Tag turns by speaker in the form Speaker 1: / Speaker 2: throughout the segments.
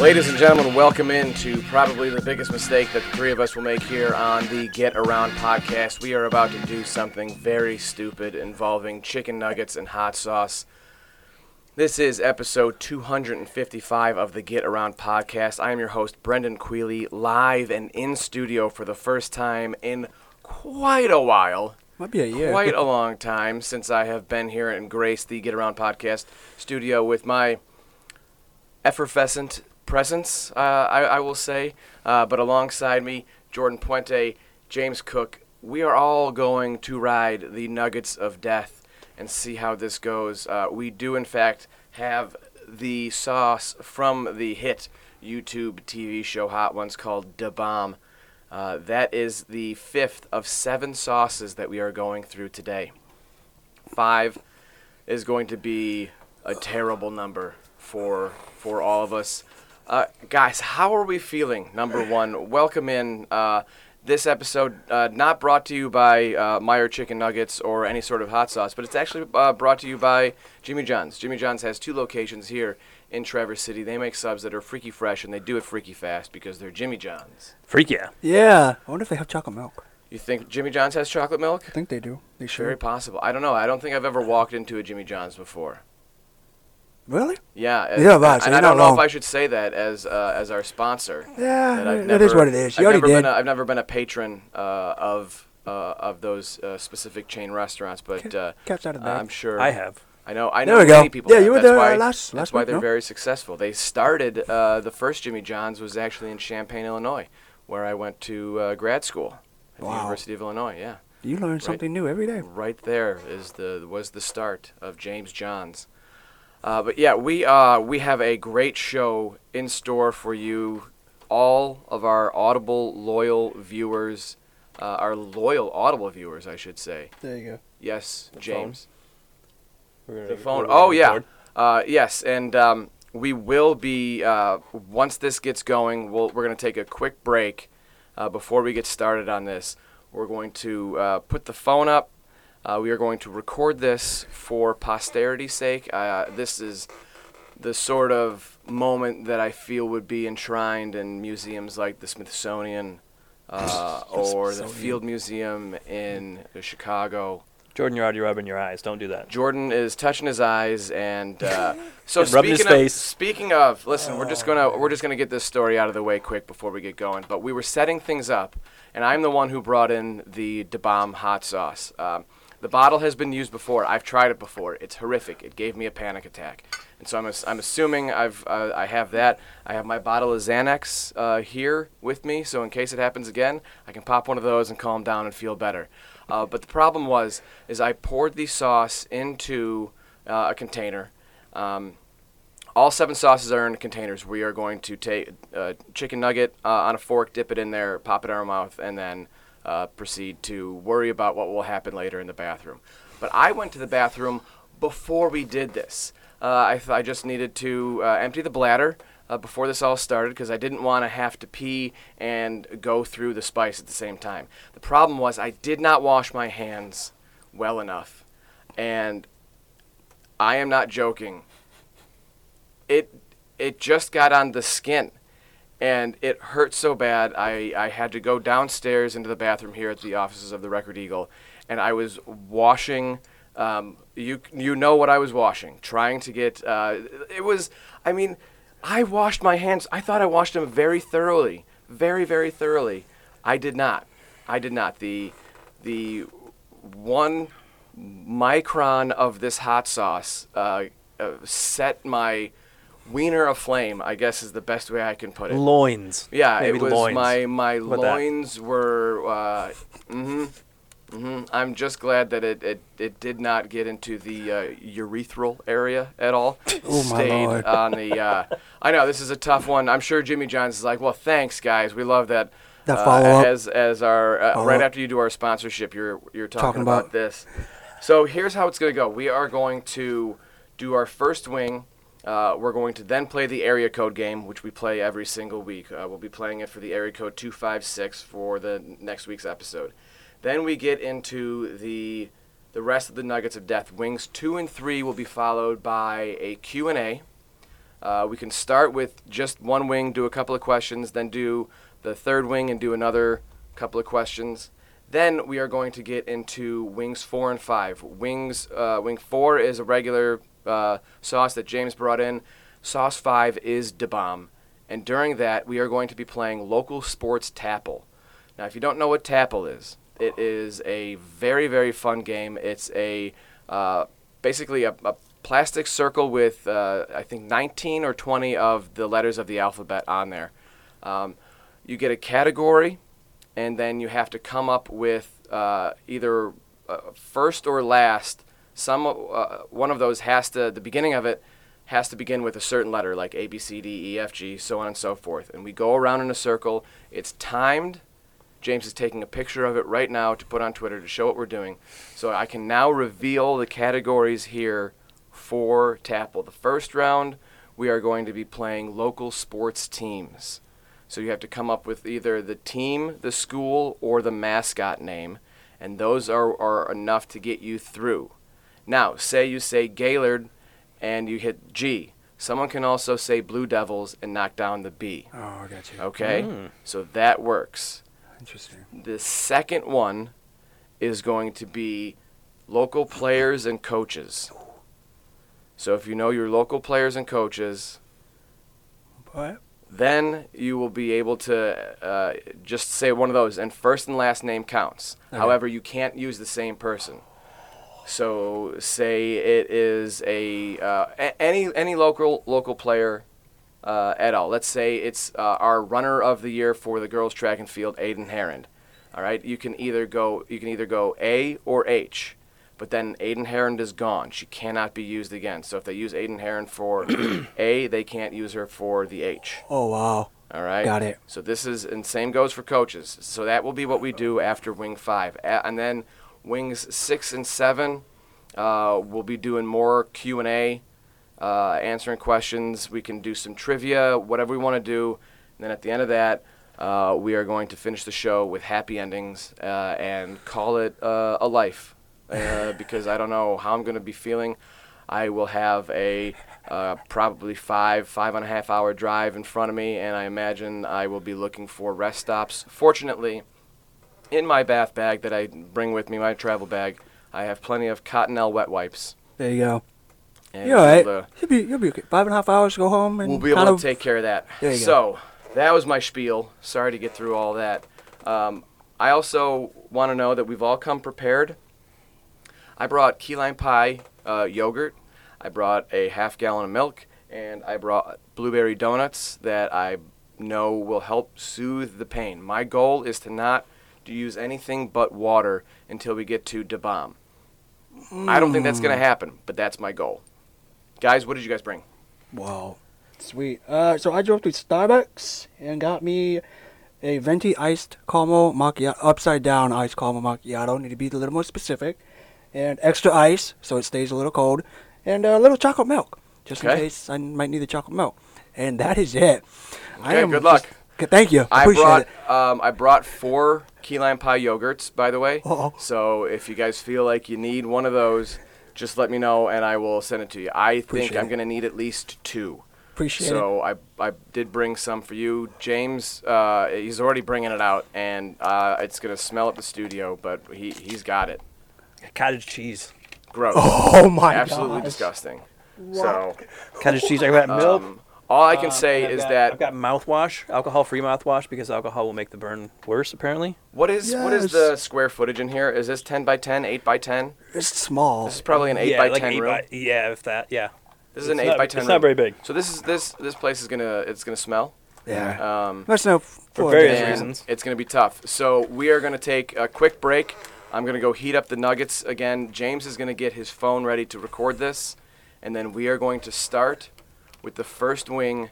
Speaker 1: Ladies and gentlemen, welcome into probably the biggest mistake that the three of us will make here on the Get Around podcast. We are about to do something very stupid involving chicken nuggets and hot sauce. This is episode 255 of the Get Around podcast. I am your host, Brendan Queeley, live and in studio for the first time in quite a while.
Speaker 2: Might be a year.
Speaker 1: Quite a long time since I have been here and graced the Get Around podcast studio with my effervescent presence, uh, I, I will say. Uh, but alongside me, Jordan Puente, James Cook, we are all going to ride the Nuggets of Death and see how this goes. Uh, we do, in fact, have the sauce from the hit YouTube TV show Hot Ones called Da Bomb. Uh, that is the fifth of seven sauces that we are going through today. Five is going to be a terrible number for for all of us. Uh, guys, how are we feeling? Number one, welcome in uh, this episode. Uh, not brought to you by uh, Meyer Chicken Nuggets or any sort of hot sauce, but it's actually uh, brought to you by Jimmy John's. Jimmy John's has two locations here in Traverse City. They make subs that are freaky fresh, and they do it freaky fast because they're Jimmy John's.
Speaker 3: Freak yeah.
Speaker 2: Yeah. I wonder if they have chocolate milk.
Speaker 1: You think Jimmy John's has chocolate milk?
Speaker 2: I think they do. They should.
Speaker 1: Very possible. I don't know. I don't think I've ever walked into a Jimmy John's before.
Speaker 2: Really?
Speaker 1: Yeah.
Speaker 2: You're
Speaker 1: and-
Speaker 2: right, so
Speaker 1: and I
Speaker 2: you're
Speaker 1: don't
Speaker 2: not
Speaker 1: know if
Speaker 2: wrong.
Speaker 1: I should say that as uh, as our sponsor. That
Speaker 2: Yeah.
Speaker 1: I've
Speaker 2: That is
Speaker 1: never-
Speaker 2: what it is. You
Speaker 1: I've
Speaker 2: already
Speaker 1: never
Speaker 2: did.
Speaker 1: Been a, I've never been a patron uh, of uh, of those uh, specific chain restaurants, but
Speaker 2: Ca-
Speaker 1: uh,
Speaker 2: cat's out of the bag.
Speaker 1: I'm sure
Speaker 3: I have.
Speaker 1: I know. I
Speaker 2: There
Speaker 1: know
Speaker 2: we go.
Speaker 1: many people.
Speaker 2: Yeah,
Speaker 1: have.
Speaker 2: you were
Speaker 1: that's
Speaker 2: there, uh,
Speaker 1: why,
Speaker 2: last-
Speaker 1: That's
Speaker 2: last
Speaker 1: why
Speaker 2: week,
Speaker 1: they're
Speaker 2: no?
Speaker 1: very successful. They started uh, the first Jimmy John's was actually in Champaign, Illinois, where I went to uh, grad school at the
Speaker 2: Wow.
Speaker 1: University of Illinois. Yeah.
Speaker 2: you learn something new every day.
Speaker 1: Right there is the was the start of James Johns. Uh, but yeah, we uh, we have a great show in store for you. All of our Audible loyal viewers, uh, our loyal Audible viewers, I should say.
Speaker 2: There you go.
Speaker 1: Yes,
Speaker 3: phone.
Speaker 1: James.
Speaker 3: We're gonna-
Speaker 1: The phone.
Speaker 3: we're gonna
Speaker 1: Oh yeah.
Speaker 3: record.
Speaker 1: Uh, yes, and um, we will be uh, once this gets going. We'll, we're going to take a quick break uh, before we get started on this. We're going to uh, put the phone up. Uh, we are going to record this for posterity's sake. Uh, this is the sort of moment that I feel would be enshrined in museums like the Smithsonian uh, or the
Speaker 2: Smithsonian.
Speaker 1: Field Museum in Chicago.
Speaker 3: Jordan, you're already rubbing your eyes. Don't do that.
Speaker 1: Jordan is touching his eyes, and uh, so
Speaker 3: And rubbing his
Speaker 1: speaking of,
Speaker 3: face.
Speaker 1: speaking of, listen, we're just gonna we're just gonna get this story out of the way quick before we get going. But we were setting things up, and I'm the one who brought in the Da Bomb hot sauce. Um, the bottle has been used before. I've tried it before. It's horrific. It gave me a panic attack, and so I'm ass- I'm assuming I've uh, I have that. I have my bottle of Xanax uh, here with me, so in case it happens again, I can pop one of those and calm down and feel better. Uh, but the problem was, is I poured the sauce into uh, a container. Um, all seven sauces are in containers. We are going to take uh, chicken nugget uh, on a fork, dip it in there, pop it in our mouth, and then uh, proceed to worry about what will happen later in the bathroom. But I went to the bathroom before we did this. Uh, I, th- I just needed to uh, empty the bladder uh, before this all started because I didn't want to have to pee and go through the spice at the same time. The problem was I did not wash my hands well enough, and I am not joking it it just got on the skin and it hurt so bad I, I had to go downstairs into the bathroom here at the offices of the record eagle and i was washing um, you you know what i was washing trying to get uh, it was i mean i washed my hands i thought i washed them very thoroughly very very thoroughly i did not i did not the the one micron of this hot sauce uh, uh, set my wiener aflame. I guess is the best way I can put it.
Speaker 3: Loins.
Speaker 1: yeah,
Speaker 3: Maybe
Speaker 1: it was
Speaker 3: loins.
Speaker 1: my my
Speaker 3: What that?
Speaker 1: loins were. Uh, hmm hmm I'm just glad that it, it, it did not get into the uh, urethral area at all.
Speaker 2: Oh, my
Speaker 1: Stayed
Speaker 2: Lord.
Speaker 1: on the. Uh, I know this is a tough one. I'm sure Jimmy Johns is like, well, thanks guys, we love that.
Speaker 2: That
Speaker 1: uh,
Speaker 2: follow-up.
Speaker 1: as as our uh, right
Speaker 2: Follow-up.
Speaker 1: after you do our sponsorship, you're you're talking,
Speaker 2: Talking
Speaker 1: about
Speaker 2: about-
Speaker 1: this. So here's how it's going to go. We are going to do our first wing. Uh, we're going to then play the area code game, which we play every single week. Uh, we'll be playing it for the area code 256 for the next week's episode. Then we get into the the rest of the Nuggets of Death. Wings two and three will be followed by a Q and A. Uh, we can start with just one wing, do a couple of questions, then do the third wing and do another couple of questions. Then we are going to get into wings four and five. Wings uh, wing four is a regular uh, sauce that James brought in. Sauce five is da bomb, and during that we are going to be playing local sports tapple. Now, if you don't know what tapple is, it is a very very fun game. It's a uh, basically a, a plastic circle with uh, I think 19 or 20 of the letters of the alphabet on there. Um, you get a category, and then you have to come up with uh, either uh, first or last. Some uh, one of those has to the beginning of it has to begin with a certain letter, like A B C D E F G, so on and so forth. And we go around in a circle. It's timed. James is taking a picture of it right now to put on Twitter to show what we're doing. So I can now reveal the categories here for Tapple. The first round, we are going to be playing local sports teams. So you have to come up with either the team, the school, or the mascot name, and those are, are enough to get you through. Now, say you say Gaylord and you hit G. Someone can also say Blue Devils and knock down the B.
Speaker 2: Oh, I got you.
Speaker 1: Okay?
Speaker 3: Mm.
Speaker 1: So that works.
Speaker 2: Interesting.
Speaker 1: The second one is going to be local players and coaches. So if you know your local players and coaches,
Speaker 2: But
Speaker 1: then you will be able to uh, just say one of those, and first and last name counts.
Speaker 2: Okay.
Speaker 1: However, you can't use the same person. So say it is a, uh, a- any any local local player uh, at all. Let's say it's uh, our runner of the year for the girls track and field, Aiden Herron. All right, you can either go you can either go A or H, but then Aiden Herron is gone. She cannot be used again. So if they use Aiden Herron for A, they can't use her for the H.
Speaker 2: oh wow,
Speaker 1: All right.
Speaker 2: Got it.
Speaker 1: So this is, and same goes for coaches. So that will be what we do after wing five, A- and then wings six and seven, uh, we'll be doing more Q and A, uh, answering questions. We can do some trivia, whatever we want to do. And then at the end of that, uh, we are going to finish the show with happy endings uh, and call it uh, a life, uh, because I don't know how I'm going to be feeling. I will have a uh, probably five, five and a half hour drive in front of me, and I imagine I will be looking for rest stops. Fortunately, in my bath bag that I bring with me, my travel bag, I have plenty of Cottonelle wet wipes.
Speaker 2: there you go.
Speaker 1: And
Speaker 2: You're all right.
Speaker 1: we'll, uh,
Speaker 2: You'll be you'll be okay. Five and a half hours. Go home and
Speaker 1: We'll be able
Speaker 2: kind
Speaker 1: to
Speaker 2: of-
Speaker 1: take care of that.
Speaker 2: There you go.
Speaker 1: so, that was my spiel. Sorry to get through all that. Um, I also want to know that we've all come prepared. I brought key lime pie uh, yogurt. I brought a half gallon of milk, and I brought blueberry donuts that I know will help soothe the pain. My goal is to not to use anything but water until we get to Dabam. I don't think that's going to
Speaker 2: Hmm.
Speaker 1: happen, but that's my goal. Guys, what did you guys bring?
Speaker 2: Wow, sweet. Uh, so I drove to Starbucks and got me a venti iced caramel macchiato, upside down iced caramel macchiato. Need to be a little more specific, and extra ice so it stays a little cold, and a little chocolate milk just in
Speaker 1: Okay.
Speaker 2: case I might need the chocolate milk. And that is it. I
Speaker 1: Okay,
Speaker 2: am
Speaker 1: good luck.
Speaker 2: just- Good- thank you.
Speaker 1: I
Speaker 2: appreciate
Speaker 1: brought
Speaker 2: it.
Speaker 1: um, I brought four key lime pie yogurts, by the way.
Speaker 2: Uh-oh.
Speaker 1: So if you guys feel like you need one of those, just let me know and I will send it to you. I think
Speaker 2: Appreciate
Speaker 1: I'm
Speaker 2: it.
Speaker 1: gonna need at least two.
Speaker 2: Appreciate it.
Speaker 1: so I I did bring some for you, James. Uh, he's already bringing it out, and uh, it's gonna smell at the studio, but he he's got it.
Speaker 3: Cottage cheese.
Speaker 1: Gross.
Speaker 2: Oh my
Speaker 1: Absolutely
Speaker 2: gosh.
Speaker 1: disgusting. So
Speaker 3: Cottage cheese. I got milk.
Speaker 1: um, all I can
Speaker 3: Um,
Speaker 1: say
Speaker 3: and I've
Speaker 1: is
Speaker 3: got-
Speaker 1: that
Speaker 3: I've got mouthwash, alcohol-free mouthwash, because alcohol will make the burn worse, apparently.
Speaker 1: what is what is
Speaker 2: Yes.
Speaker 1: the square footage in here? Is this 10 by 10, 8 by 10?
Speaker 2: It's small.
Speaker 1: This is probably an 8
Speaker 3: yeah,
Speaker 1: by
Speaker 3: like
Speaker 1: 10
Speaker 3: eight
Speaker 1: room.
Speaker 3: by- yeah, if that. Yeah.
Speaker 1: This is an
Speaker 3: It's
Speaker 1: eight
Speaker 3: not-
Speaker 1: by ten.
Speaker 3: it's not
Speaker 1: room.
Speaker 3: very big.
Speaker 1: So this is this this place is gonna it's gonna smell.
Speaker 2: Yeah.
Speaker 1: Um,
Speaker 2: That's no for
Speaker 3: various
Speaker 1: and
Speaker 3: reasons.
Speaker 1: It's gonna be tough. So we are gonna take a quick break. I'm gonna go heat up the nuggets again. James is gonna get his phone ready to record this, and then we are going to start with the first wing.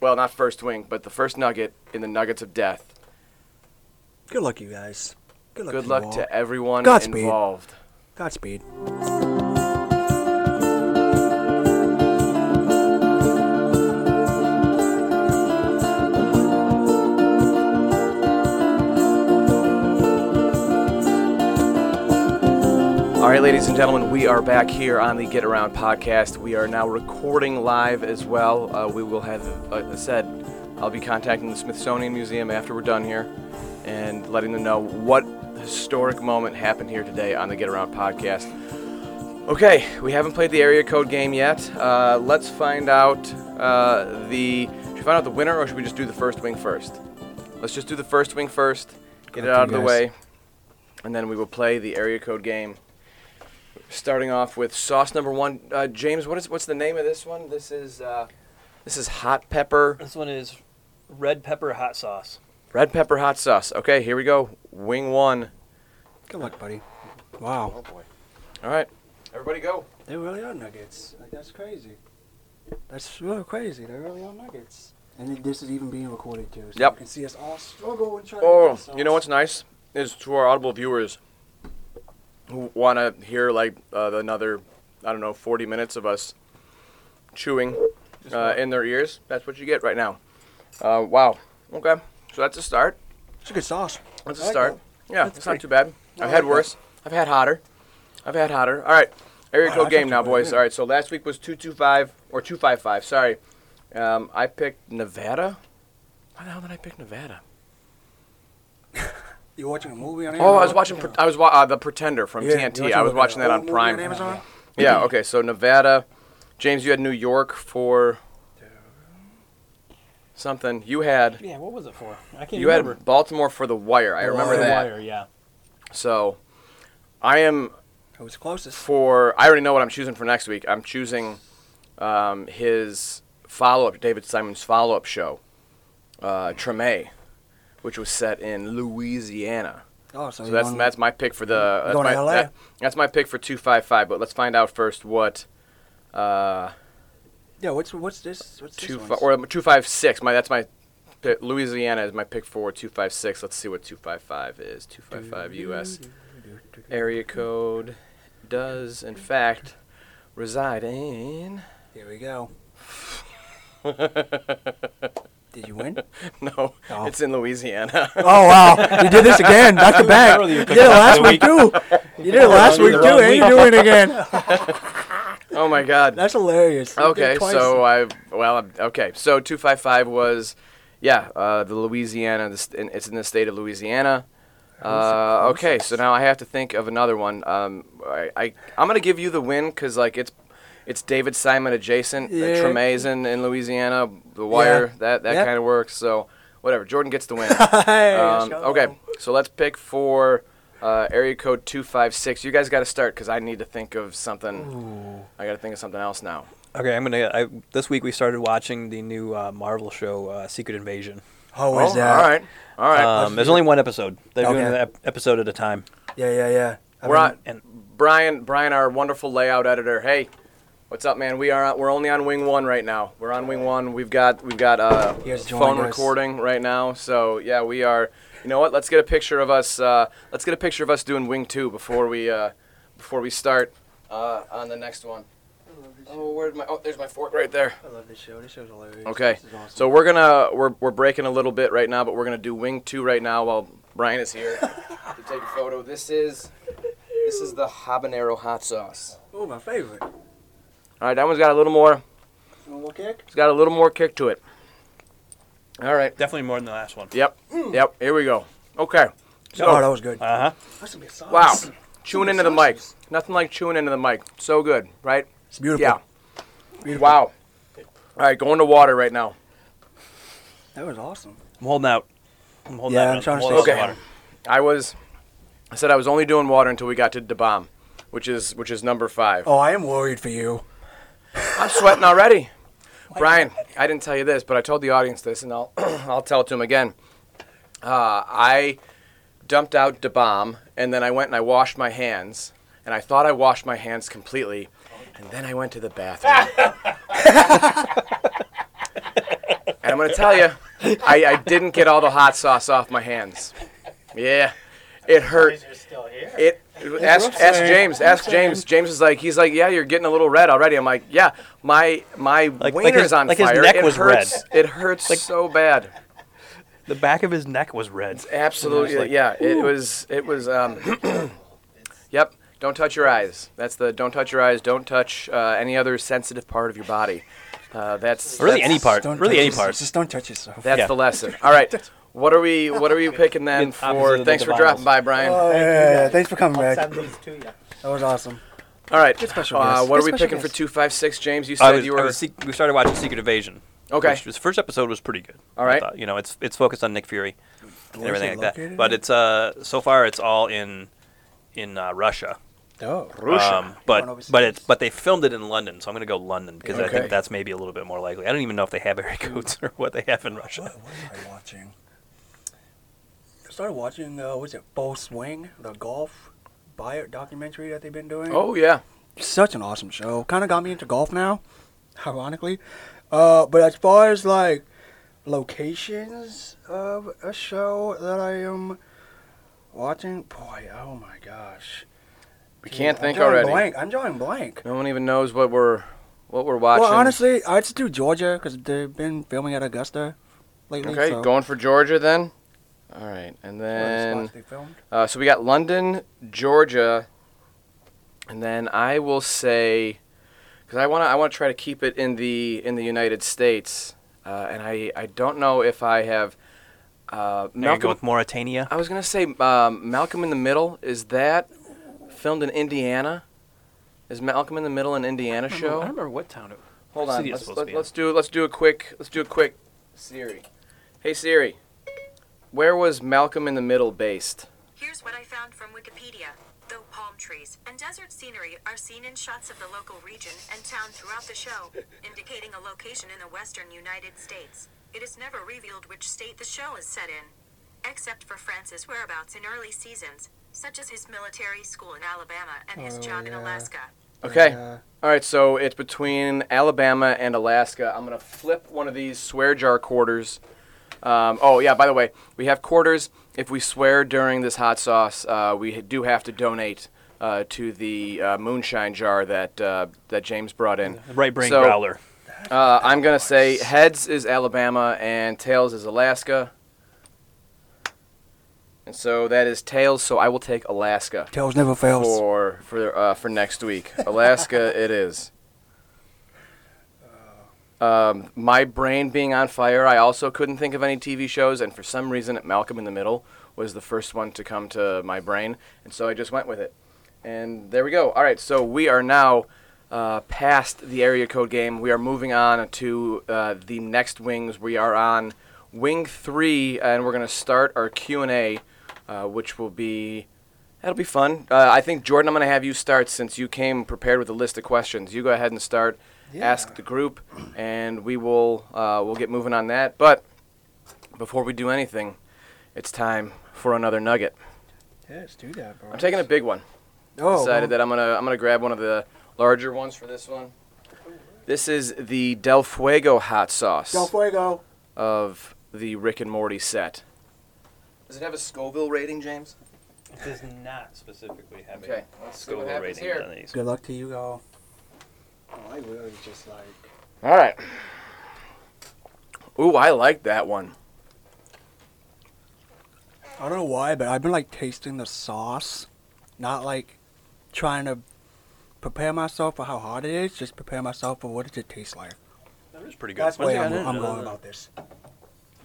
Speaker 1: Well, not first wing, but the first nugget in the Nuggets of Death.
Speaker 2: Good luck, you guys. Good luck.
Speaker 1: Good
Speaker 2: you
Speaker 1: luck
Speaker 2: all.
Speaker 1: to everyone
Speaker 2: Godspeed.
Speaker 1: involved.
Speaker 2: Godspeed.
Speaker 1: All right, right, ladies and gentlemen, we are back here on the Get Around podcast. We are now recording live as well. Uh, we will have, like I said, I'll be contacting the Smithsonian Museum after we're done here and letting them know what historic moment happened here today on the Get Around podcast. Okay, we haven't played the area code game yet. Uh, let's find out uh, the. Should we find out the winner, or should we just do the first wing first? Let's just do the first wing first. Get
Speaker 2: Up
Speaker 1: it
Speaker 2: to you
Speaker 1: out of the
Speaker 2: guys.
Speaker 1: way, and then we will play the area code game. Starting off with sauce number one, uh, James. What is what's the name of this one? This is uh, this is hot pepper,
Speaker 3: This one is red pepper hot sauce.
Speaker 1: red pepper hot sauce. Okay, here we go. Wing one.
Speaker 2: Good luck, buddy. Wow.
Speaker 1: Oh, boy. All right, everybody go.
Speaker 2: They really are nuggets. Like, that's crazy. That's really crazy. They really are nuggets. And this is even being recorded too. So
Speaker 1: Yep.
Speaker 2: You can see us all struggle and try. to get
Speaker 1: Oh,
Speaker 2: this
Speaker 1: you know
Speaker 2: off.
Speaker 1: what's nice is to our audible viewers who want to hear like uh, another, I don't know, 40 minutes of us chewing uh, in their ears. That's what you get right now. Uh, wow. Okay. So that's a start.
Speaker 2: It's a good sauce.
Speaker 1: That's a
Speaker 2: I like
Speaker 1: start. Yeah,
Speaker 2: That's
Speaker 1: it's
Speaker 2: pretty-
Speaker 1: not too bad.
Speaker 2: I
Speaker 1: I've
Speaker 2: like
Speaker 1: had
Speaker 2: that.
Speaker 1: worse. I've had hotter. I've had hotter. All right. Area
Speaker 2: Wow,
Speaker 1: code
Speaker 2: that's
Speaker 1: game
Speaker 2: actually
Speaker 1: now,
Speaker 2: pretty
Speaker 1: boys.
Speaker 2: good.
Speaker 1: All right. So last week was 225 or 255. Sorry. Um, I picked Nevada. Why the hell did I pick Nevada?
Speaker 2: You watching a movie on?
Speaker 1: Oh, I was
Speaker 2: Amazon?
Speaker 1: watching. Pre- I was wa- uh, the Pretender from
Speaker 2: Yeah, you
Speaker 1: TNT.
Speaker 2: watching
Speaker 1: I was
Speaker 2: the
Speaker 1: watching that
Speaker 2: old
Speaker 1: on
Speaker 2: movie
Speaker 1: Prime.
Speaker 2: on Amazon?
Speaker 1: Yeah. Okay. So Nevada, James, you had New York for something. You had
Speaker 3: Yeah, what was it for? I can't
Speaker 1: you had Baltimore for The Wire. I remember
Speaker 2: The
Speaker 1: that.
Speaker 3: Wire, yeah.
Speaker 1: So I am
Speaker 2: It was closest.
Speaker 1: for. I already know what I'm choosing for next week. I'm choosing um, his follow-up, David Simon's follow-up show, uh, Treme, which was set in Louisiana.
Speaker 2: Oh, so,
Speaker 1: So that's that's my pick for the that's
Speaker 2: Going to
Speaker 1: my,
Speaker 2: LA.
Speaker 1: that- that's my pick for two five five. But let's find out first what uh
Speaker 2: yeah. What's what's this? What's
Speaker 1: two
Speaker 2: this
Speaker 1: fi-
Speaker 2: one's?
Speaker 1: or two five six. My that's my pi- Louisiana is my pick for two five six. Let's see what two five five is. Two five five U.S. area code does in fact reside in.
Speaker 2: Here we go. Did you win?
Speaker 1: No,
Speaker 2: Oh.
Speaker 1: it's in Louisiana.
Speaker 2: Oh wow! You did this again, back to back.
Speaker 3: Earlier,
Speaker 2: You did it last week too. You did it last
Speaker 3: Wrong
Speaker 2: week
Speaker 3: week,
Speaker 2: too,
Speaker 3: wrong
Speaker 2: and you doing it again.
Speaker 1: oh my God.
Speaker 2: That's hilarious. You did
Speaker 1: Okay,
Speaker 2: twice.
Speaker 1: so I well I'm- okay, so two five five was, yeah, uh, the Louisiana. The st- and it's in the state of Louisiana. Uh, okay, so now I have to think of another one. Um, I, I I'm gonna give you the win because like it's it's David Simon adjacent. Yeah.
Speaker 2: Yeah.
Speaker 1: Tremaine's in, in Louisiana. The Wire
Speaker 2: Yeah.
Speaker 1: that that
Speaker 2: Yeah.
Speaker 1: kind of works. So whatever, Jordan gets the win.
Speaker 2: Hey, let's
Speaker 1: Um,
Speaker 2: go.
Speaker 1: okay, so let's pick for uh, area code two five six. You guys got to start because I need to think of something. I got to think of something else now.
Speaker 3: Okay, I'm gonna. I, this week we started watching the new uh, Marvel show, uh, Secret Invasion.
Speaker 2: How is
Speaker 1: Oh,
Speaker 2: that?
Speaker 1: All right. All right.
Speaker 3: Um, there's only one episode. They're doing
Speaker 2: Okay.
Speaker 3: an ep- episode at a time.
Speaker 2: Yeah, yeah, yeah. uh, I
Speaker 1: we're
Speaker 2: mean,
Speaker 1: on
Speaker 3: and-
Speaker 1: Brian Brian our wonderful layout editor. Hey, what's up man? We are on, we're only on wing 1 right now. We're on wing 1. We've got we've got uh
Speaker 2: He has
Speaker 1: phone
Speaker 2: joined us.
Speaker 1: recording right now. So, yeah, we are You know what? Let's get a picture of us uh let's get a picture of us doing wing 2 before we uh before we start uh on the next one. Oh, where's my Oh, there's my fork right there.
Speaker 2: I love this show. This show's hilarious.
Speaker 1: Okay.
Speaker 2: This is awesome.
Speaker 1: So we're gonna we're we're breaking a little bit right now, but we're gonna do wing two right now while Brian is here to take a photo. This is this is the habanero hot sauce.
Speaker 2: oh, my favorite.
Speaker 1: All right, that one's got a little more.
Speaker 2: One more kick.
Speaker 1: It's got a little more kick to it. All right.
Speaker 3: Definitely more than the last one.
Speaker 1: Yep. Yep. Here we go. Okay. So
Speaker 2: oh, that was good.
Speaker 3: Uh huh.
Speaker 2: That's some good sauce.
Speaker 1: wow, chewing into the mic. Nothing like chewing into the mic. So good, right?
Speaker 2: It's beautiful.
Speaker 1: Yeah.
Speaker 2: Beautiful.
Speaker 1: Wow. All right, going to water right now.
Speaker 2: That was awesome.
Speaker 3: I'm holding out. I'm holding
Speaker 2: Yeah,
Speaker 3: out.
Speaker 2: I'm trying to
Speaker 3: holding out
Speaker 2: stay
Speaker 3: some
Speaker 1: Okay. I was, I said I was only doing water until we got to the bomb, which is which is number five.
Speaker 2: Oh, I am worried for you.
Speaker 1: I'm sweating already. Brian, I didn't tell you this, but I told the audience this, and I'll I'll tell it to them again. Uh, I dumped out the bomb, and then I went and I washed my hands, and I thought I washed my hands completely, and then I went to the bathroom. and I'm gonna tell you, I, I didn't get all the hot sauce off my hands. Yeah, it hurt. It ask,
Speaker 2: rough,
Speaker 1: ask
Speaker 2: man.
Speaker 1: James. Ask James. James is like he's like yeah, you're getting a little red already. I'm like yeah, my my
Speaker 3: like
Speaker 1: wiener's
Speaker 3: his-
Speaker 1: on
Speaker 3: like his
Speaker 1: fire.
Speaker 3: neck
Speaker 1: it
Speaker 3: was
Speaker 1: hurts. It hurts so bad.
Speaker 3: The back of his neck was red.
Speaker 1: Absolutely,
Speaker 3: like,
Speaker 1: yeah. It was. It was. Um, yep. Don't touch your eyes. That's the don't touch your eyes. Don't touch uh, any other sensitive part of your body. Uh, that's
Speaker 3: Really
Speaker 1: that's,
Speaker 3: any part.
Speaker 2: Don't
Speaker 3: Really
Speaker 2: touch
Speaker 3: any
Speaker 2: yourself.
Speaker 3: part.
Speaker 2: Just don't touch yourself.
Speaker 1: That's
Speaker 3: Yeah.
Speaker 1: the lesson. All right. What are we? What are we picking then
Speaker 3: Opposite of
Speaker 1: for?
Speaker 3: the
Speaker 1: Thanks for
Speaker 3: Devils.
Speaker 1: dropping by, Brian.
Speaker 2: oh, yeah, yeah, yeah. Thanks for coming
Speaker 4: I'll
Speaker 2: back.
Speaker 4: send
Speaker 2: That
Speaker 4: these to you.
Speaker 2: was awesome.
Speaker 1: All right.
Speaker 2: special
Speaker 1: Uh,
Speaker 2: guest.
Speaker 1: what
Speaker 2: Good
Speaker 1: are we
Speaker 2: special
Speaker 1: picking for
Speaker 2: guest.
Speaker 1: two five six? James, you said
Speaker 3: I was,
Speaker 1: you
Speaker 3: I
Speaker 1: were.
Speaker 3: was sec- we started watching Secret Evasion.
Speaker 1: Okay.
Speaker 3: Which was, first episode was pretty good.
Speaker 1: All
Speaker 3: I
Speaker 1: right.
Speaker 3: thought. You know, it's it's focused on Nick Fury and
Speaker 2: Where's
Speaker 3: everything
Speaker 2: it
Speaker 3: like that.
Speaker 2: located
Speaker 3: But
Speaker 2: at?
Speaker 3: it's uh so far it's all in in uh, Russia.
Speaker 2: Oh.
Speaker 1: Russia.
Speaker 3: Um,
Speaker 2: Going
Speaker 3: but
Speaker 2: overseas.
Speaker 3: but it's but they filmed it in London, so I'm gonna go London because I
Speaker 1: Okay.
Speaker 3: think that's maybe a little bit more likely. I don't even know if they have area codes or what they have in Russia.
Speaker 2: What was I watching? I started watching, uh, what's it, Full Swing, the golf bio documentary that they've been doing.
Speaker 1: oh yeah.
Speaker 2: Such an awesome show. Kind of got me into golf now, ironically. Uh, but as far as like locations of a show that I am watching, boy, oh my gosh.
Speaker 1: We can't
Speaker 2: I'm
Speaker 1: think
Speaker 2: drawing
Speaker 1: already.
Speaker 2: Blank. I'm drawing blank.
Speaker 1: No one even knows what we're what we're watching.
Speaker 2: Well, honestly, I'd just do Georgia because they've been filming at Augusta lately.
Speaker 1: Okay,
Speaker 2: so
Speaker 1: going for Georgia then. All right, and
Speaker 2: one of the
Speaker 1: then
Speaker 2: spots they filmed.
Speaker 1: Uh, so we got London, Georgia, and then I will say, because I want to, I want to try to keep it in the in the United States, uh, and I I don't know if I have. Uh,
Speaker 3: Now you go
Speaker 1: Malcolm,
Speaker 3: with Mauritania.
Speaker 1: I was gonna say um, Malcolm in the Middle. Is that filmed in Indiana? Is Malcolm in the Middle an Indiana show?
Speaker 3: what town it was.
Speaker 1: Hold
Speaker 3: What
Speaker 1: on.
Speaker 3: city it's
Speaker 1: Let's,
Speaker 3: supposed to
Speaker 1: let,
Speaker 3: be in.
Speaker 1: let's do let's do a quick let's do a quick Siri. Hey Siri, where was Malcolm in the Middle based?
Speaker 5: Here's what I found from Wikipedia. Though palm trees and desert scenery are seen in shots of the local region and town throughout the show, indicating a location in the western United States, it is never revealed which state the show is set in. Except for Francis' whereabouts in early seasons, such as his military school in Alabama and his
Speaker 2: Oh,
Speaker 5: job in
Speaker 2: yeah.
Speaker 5: Alaska.
Speaker 1: Okay.
Speaker 2: Uh,
Speaker 1: All right, so it's between Alabama and Alaska. I'm gonna flip one of these swear jar quarters. Um, oh yeah, by the way, we have quarters. If we swear during this hot sauce, uh, we do have to donate uh, to the uh, moonshine jar that uh, that James brought in.
Speaker 3: Right brain
Speaker 1: So-
Speaker 3: growler.
Speaker 1: Uh, I'm gonna say heads is Alabama and tails is Alaska. And so that is tails. So I will take Alaska
Speaker 2: Tails never fails.
Speaker 1: for for uh, for next week. Alaska, it is. Um, my brain being on fire, I also couldn't think of any TV shows, and for some reason, Malcolm in the Middle was the first one to come to my brain, and so I just went with it. And there we go. All right, so we are now uh, past the area code game. We are moving on to uh, the next wings. We are on wing three, and we're going to start our Q and A, uh, which will be That'll be fun. Uh, I think Jordan, I'm going to have you start since you came prepared with a list of questions. You go ahead and start. Ask the group, and we will uh, we'll get moving on that. But before we do anything, it's time for another nugget.
Speaker 2: Yes, do that, bro.
Speaker 1: I'm taking a big one.
Speaker 2: Oh,
Speaker 1: Decided
Speaker 2: well,
Speaker 1: that I'm gonna I'm gonna grab one of the larger ones for this one. This is the Del Fuego hot sauce
Speaker 2: Del Fuego.
Speaker 1: of the Rick and Morty set. Does it have a Scoville rating, James?
Speaker 3: It does not specifically have
Speaker 1: Okay, let's see what happens here.
Speaker 2: Good luck to you all. Oh, I really just like.
Speaker 1: All right. Ooh, I like that one.
Speaker 2: I don't know why, but I've been like tasting the sauce, not like trying to prepare myself for how hot it is. Just prepare myself for what does it taste like.
Speaker 3: That was pretty good.
Speaker 2: That's the
Speaker 3: Once
Speaker 2: way
Speaker 3: I
Speaker 2: I'm,
Speaker 3: got
Speaker 2: I'm
Speaker 3: into
Speaker 2: going
Speaker 3: it,
Speaker 2: about this.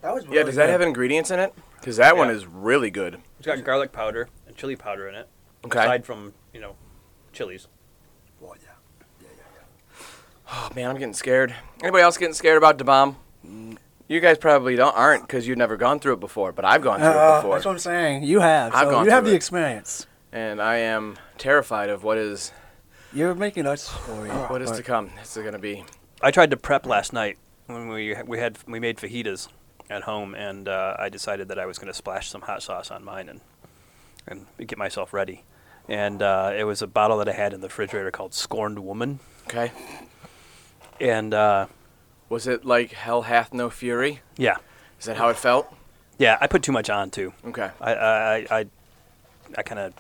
Speaker 2: That was
Speaker 1: Yeah, does that have ingredients in it? Because that one
Speaker 3: Yeah.
Speaker 1: is really good.
Speaker 3: It's got garlic powder and chili powder in it.
Speaker 1: Okay.
Speaker 3: Aside from you know, chilies.
Speaker 2: Well, yeah.
Speaker 1: Oh man, I'm getting scared. Anybody else getting scared about the bomb? You guys probably don't aren't because you've never gone through it before, but I've gone through it
Speaker 2: Uh,
Speaker 1: before,
Speaker 2: that's what I'm saying. You have.
Speaker 1: I've
Speaker 2: so
Speaker 1: gone
Speaker 2: you have
Speaker 1: through
Speaker 2: the
Speaker 1: it.
Speaker 2: experience.
Speaker 1: and I am terrified of what is
Speaker 2: You're making us worry.
Speaker 1: what is
Speaker 2: but-
Speaker 1: to come. This is gonna be.
Speaker 3: I tried to prep last night when we we had we made fajitas at home, and uh, I decided that I was going to splash some hot sauce on mine and and get myself ready. And uh, it was a bottle that I had in the refrigerator called Scorned Woman,
Speaker 1: Okay.
Speaker 3: and uh,
Speaker 1: Was it like hell hath no fury?
Speaker 3: yeah,
Speaker 1: Is that how it felt?
Speaker 3: yeah, I put too much on too.
Speaker 1: Okay.
Speaker 3: I I I, I, I kind of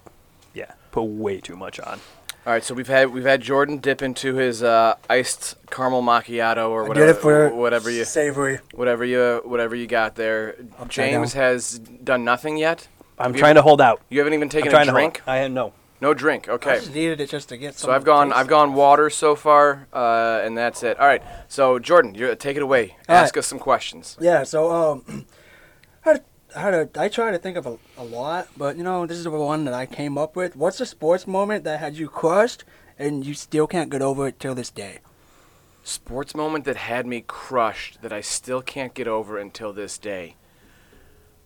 Speaker 3: yeah put way too much on.
Speaker 1: All right. So we've had we've had Jordan dip into his uh, iced caramel macchiato or
Speaker 2: I
Speaker 1: whatever
Speaker 2: did it for
Speaker 1: whatever you
Speaker 2: savory.
Speaker 1: whatever you whatever you got there.
Speaker 2: Upside
Speaker 1: James
Speaker 2: down.
Speaker 1: has done nothing yet.
Speaker 3: I'm
Speaker 1: You-
Speaker 3: trying to hold out.
Speaker 1: You haven't even
Speaker 3: I'm
Speaker 1: taken a
Speaker 3: trying
Speaker 1: drink.
Speaker 3: to. Hold, I no.
Speaker 1: No drink.
Speaker 2: I
Speaker 1: Okay.
Speaker 2: just needed it just to get some.
Speaker 1: So I've gone I've gone water so far, uh, and that's it. All right. So Jordan, you take it away.
Speaker 2: All
Speaker 1: Ask
Speaker 2: right.
Speaker 1: us some questions.
Speaker 2: Yeah, so um, how to, how to, I try to think of a, a lot, but you know, this is the one that I came up with. What's a sports moment that had you crushed and you still can't get over it till this day?
Speaker 1: Sports moment that had me crushed that I still can't get over until this day.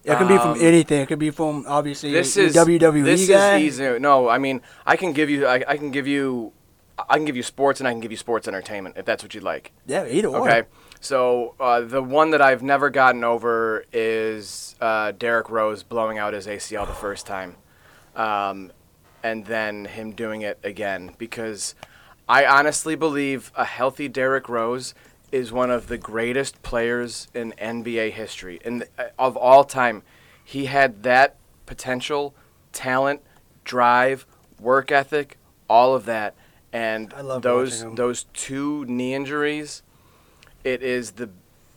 Speaker 2: It can be from
Speaker 1: Um,
Speaker 2: anything. It could be from obviously
Speaker 1: this
Speaker 2: your
Speaker 1: is
Speaker 2: WWE
Speaker 1: this
Speaker 2: E guy.
Speaker 1: is easy. No, I mean I can give you I, I can give you I can give you sports and I can give you sports entertainment if that's what you'd like.
Speaker 2: Yeah, either
Speaker 1: Okay.
Speaker 2: one.
Speaker 1: So uh, the one that I've never gotten over is uh, Derek Rose blowing out his ACL the first time, um, and then him doing it again because I honestly believe a healthy Derek Rose is one of the greatest players in NBA history and uh, of all time. He had that potential, talent, drive, work ethic, all of that, and
Speaker 2: I love
Speaker 1: those
Speaker 2: watching him.
Speaker 1: those two knee injuries it is the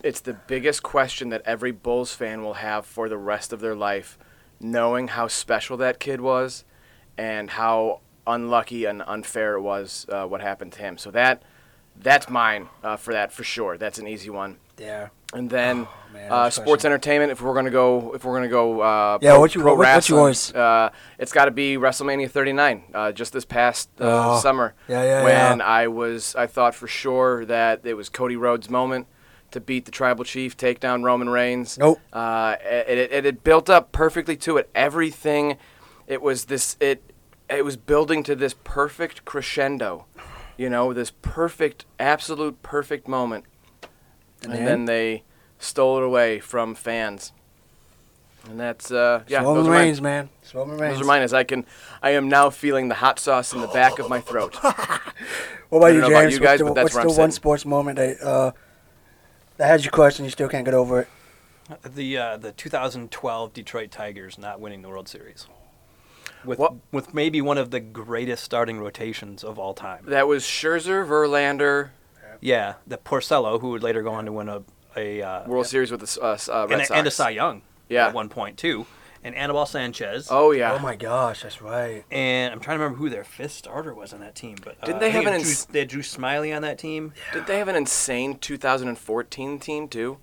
Speaker 1: it's the biggest question that every Bulls fan will have for the rest of their life, knowing how special that kid was, and how unlucky and unfair it was uh, what happened to him. So that that's mine uh, for that for sure. That's an easy one.
Speaker 2: Yeah.
Speaker 1: And then
Speaker 2: Oh, man,
Speaker 1: uh,
Speaker 2: that's
Speaker 1: sports
Speaker 2: crushing.
Speaker 1: entertainment. If we're gonna go, if we're gonna go, uh,
Speaker 2: Yeah,
Speaker 1: pro,
Speaker 2: what you-
Speaker 1: pro
Speaker 2: what- what's
Speaker 1: wrestling,
Speaker 2: yours?
Speaker 1: Uh, it's got to be WrestleMania 39. Uh, just this past uh,
Speaker 2: Oh,
Speaker 1: summer,
Speaker 2: yeah, yeah,
Speaker 1: when
Speaker 2: yeah.
Speaker 1: I was, I thought for sure that it was Cody Rhodes' moment to beat the Tribal Chief, take down Roman Reigns.
Speaker 2: Nope.
Speaker 1: Uh, it, it, it had built up perfectly to it. Everything, it was this. It it was building to this perfect crescendo, you know, this perfect, absolute perfect moment and, then? they stole it away from fans. And that's uh, yeah,
Speaker 2: Roman
Speaker 1: those are,
Speaker 2: Reigns,
Speaker 1: mine.
Speaker 2: man. It's Roman Reigns.
Speaker 1: those are mine. As I can, I am now feeling the hot sauce in the back of my throat.
Speaker 2: What about
Speaker 1: I
Speaker 2: you,
Speaker 1: don't
Speaker 2: James?
Speaker 1: know about you guys,
Speaker 2: what's the,
Speaker 1: but that's
Speaker 2: what's
Speaker 1: where I'm
Speaker 2: the one
Speaker 1: sitting.
Speaker 2: sports moment that uh, that had you crushed and you still can't get over it?
Speaker 3: The uh, the 2012 Detroit Tigers not winning the World Series. With,
Speaker 1: What-
Speaker 3: with maybe one of the greatest starting rotations of all time.
Speaker 1: That was Scherzer, Verlander,
Speaker 3: yeah, the Porcello, who would later go on to win a, a uh,
Speaker 1: World Series with the S- uh, S- uh, Red
Speaker 3: and, a,
Speaker 1: Sox.
Speaker 3: and a Cy Young
Speaker 1: Yeah.
Speaker 3: at one point too, and Anibal Sanchez.
Speaker 1: Oh yeah.
Speaker 2: Oh my gosh, that's right.
Speaker 3: And I'm trying to remember who their fifth starter was on that team, but uh,
Speaker 1: Didn't they
Speaker 3: I think
Speaker 1: have
Speaker 3: it
Speaker 1: an
Speaker 3: Drew,
Speaker 1: ins-
Speaker 3: they had Drew Smiley on that team?
Speaker 1: Did they have an insane 2014 team too?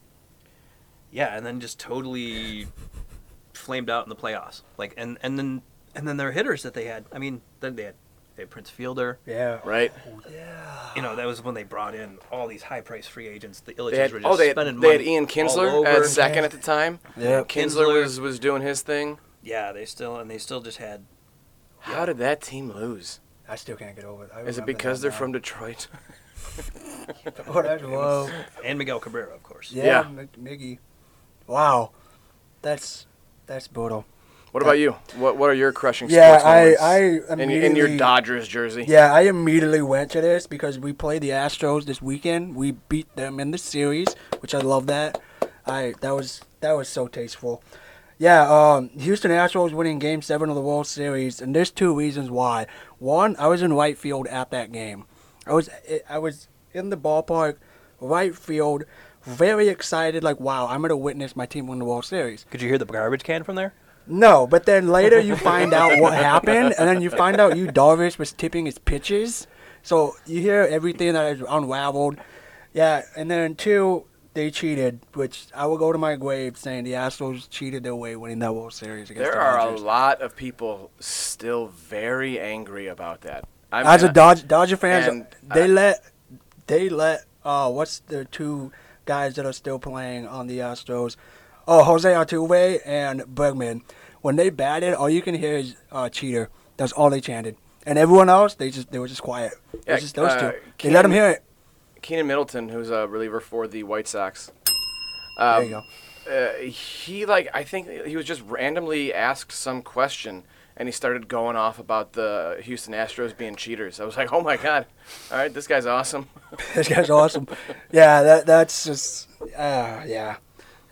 Speaker 3: Yeah, and then just totally flamed out in the playoffs. Like and and then and then their hitters that they had. I mean, then they had they had Prince Fielder.
Speaker 2: Yeah.
Speaker 1: Right.
Speaker 3: You know, that was when they brought in all these high price free agents. The Illiches
Speaker 1: They had,
Speaker 3: were just
Speaker 1: oh, they had,
Speaker 3: spending
Speaker 1: they had
Speaker 3: money
Speaker 1: Ian
Speaker 3: all
Speaker 1: Kinsler
Speaker 3: over.
Speaker 1: at second at the time.
Speaker 2: Yeah.
Speaker 1: Kinsler was, was doing his thing.
Speaker 3: Yeah, they still and they still just had
Speaker 1: How did that team lose?
Speaker 2: I still can't get over it. I
Speaker 1: Is it
Speaker 2: remember
Speaker 1: because
Speaker 2: that
Speaker 1: they're from Detroit?
Speaker 2: now. Oh, that's low.
Speaker 3: and Miguel Cabrera, of course.
Speaker 2: Yeah,
Speaker 1: Yeah.
Speaker 2: Mig- Miggy. Wow, that's that's brutal.
Speaker 1: What about you? What What are your crushing
Speaker 2: Yeah,
Speaker 1: sports
Speaker 2: I
Speaker 1: moments?
Speaker 2: I
Speaker 1: in, in your
Speaker 2: immediately-
Speaker 1: Dodgers jersey.
Speaker 2: Yeah, I immediately went to this because we played the Astros this weekend. We beat them in the series, which I love that. I that was that was so tasteful. Yeah, um, Houston Astros winning Game Seven of the World Series, and there's two reasons why. One, I was in right field at that game. I was I was in the ballpark, right field, very excited. Like, wow, I'm gonna witness my team win the World Series.
Speaker 3: Could you hear the garbage can from there?
Speaker 2: No, but then later you find out what happened, and then you find out you Darvish was tipping his pitches. So you hear everything that is unraveled. Yeah, and then two, they cheated, which I will go to my grave saying the Astros cheated their way winning that World Series against
Speaker 1: there
Speaker 2: the
Speaker 1: are a
Speaker 2: Dodgers.
Speaker 1: lot of people still very angry about that. I
Speaker 2: As a
Speaker 1: mean,
Speaker 2: Dodge, Dodger fans,
Speaker 1: and,
Speaker 2: they
Speaker 1: uh,
Speaker 2: let they let uh what's the two guys that are still playing on the Astros? Oh, Jose Altuve and Bregman. When they batted, all you can hear is uh, cheater. That's all they chanted, and everyone else they just they were just quiet. It
Speaker 1: Yeah,
Speaker 2: was just those
Speaker 1: uh,
Speaker 2: two. They let
Speaker 1: Kim-
Speaker 2: them hear it.
Speaker 1: Keenan Middleton, who's a reliever for the White Sox.
Speaker 2: There
Speaker 1: Um,
Speaker 2: you go.
Speaker 1: uh, he like I think he was just randomly asked some question and he started going off about the Houston Astros being cheaters. I was like, "Oh my god. All right, this guy's awesome."
Speaker 2: this guy's awesome. Yeah, that that's just uh, yeah.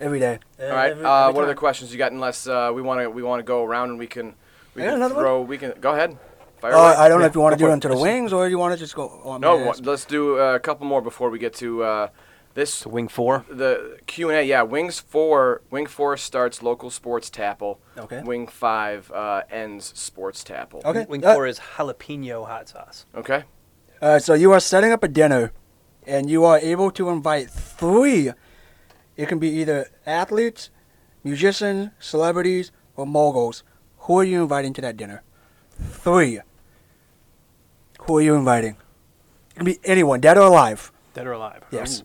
Speaker 2: Every day.
Speaker 1: All right. Uh, what other questions you got unless uh, we want to we want to go around and we can we
Speaker 2: I got
Speaker 1: can
Speaker 2: another one.
Speaker 1: throw we can go ahead. Fire
Speaker 2: Uh,
Speaker 1: away.
Speaker 2: I don't know if you want
Speaker 1: Go
Speaker 2: to do
Speaker 1: for
Speaker 2: it
Speaker 1: it.
Speaker 2: into the wings or you want to just go. Oh, I'm
Speaker 1: No,
Speaker 2: gonna
Speaker 1: wha-
Speaker 2: ask-
Speaker 1: let's do uh, a couple more before we get to uh, This
Speaker 3: So wing four.
Speaker 1: the Q and A. Yeah, wings four. Wing four starts local sports tapple.
Speaker 2: Okay.
Speaker 1: Wing five uh, ends sports tapple.
Speaker 2: Okay.
Speaker 3: Wing
Speaker 2: uh,
Speaker 3: four is jalapeno hot sauce.
Speaker 1: Okay.
Speaker 2: Uh, so you are setting up a dinner, and you are able to invite three. It can be either athletes, musicians, celebrities, or moguls. Who are you inviting to that dinner? Three. Who are you inviting? It can be anyone, dead or alive.
Speaker 3: Dead or alive.
Speaker 2: Yes.
Speaker 3: Ooh.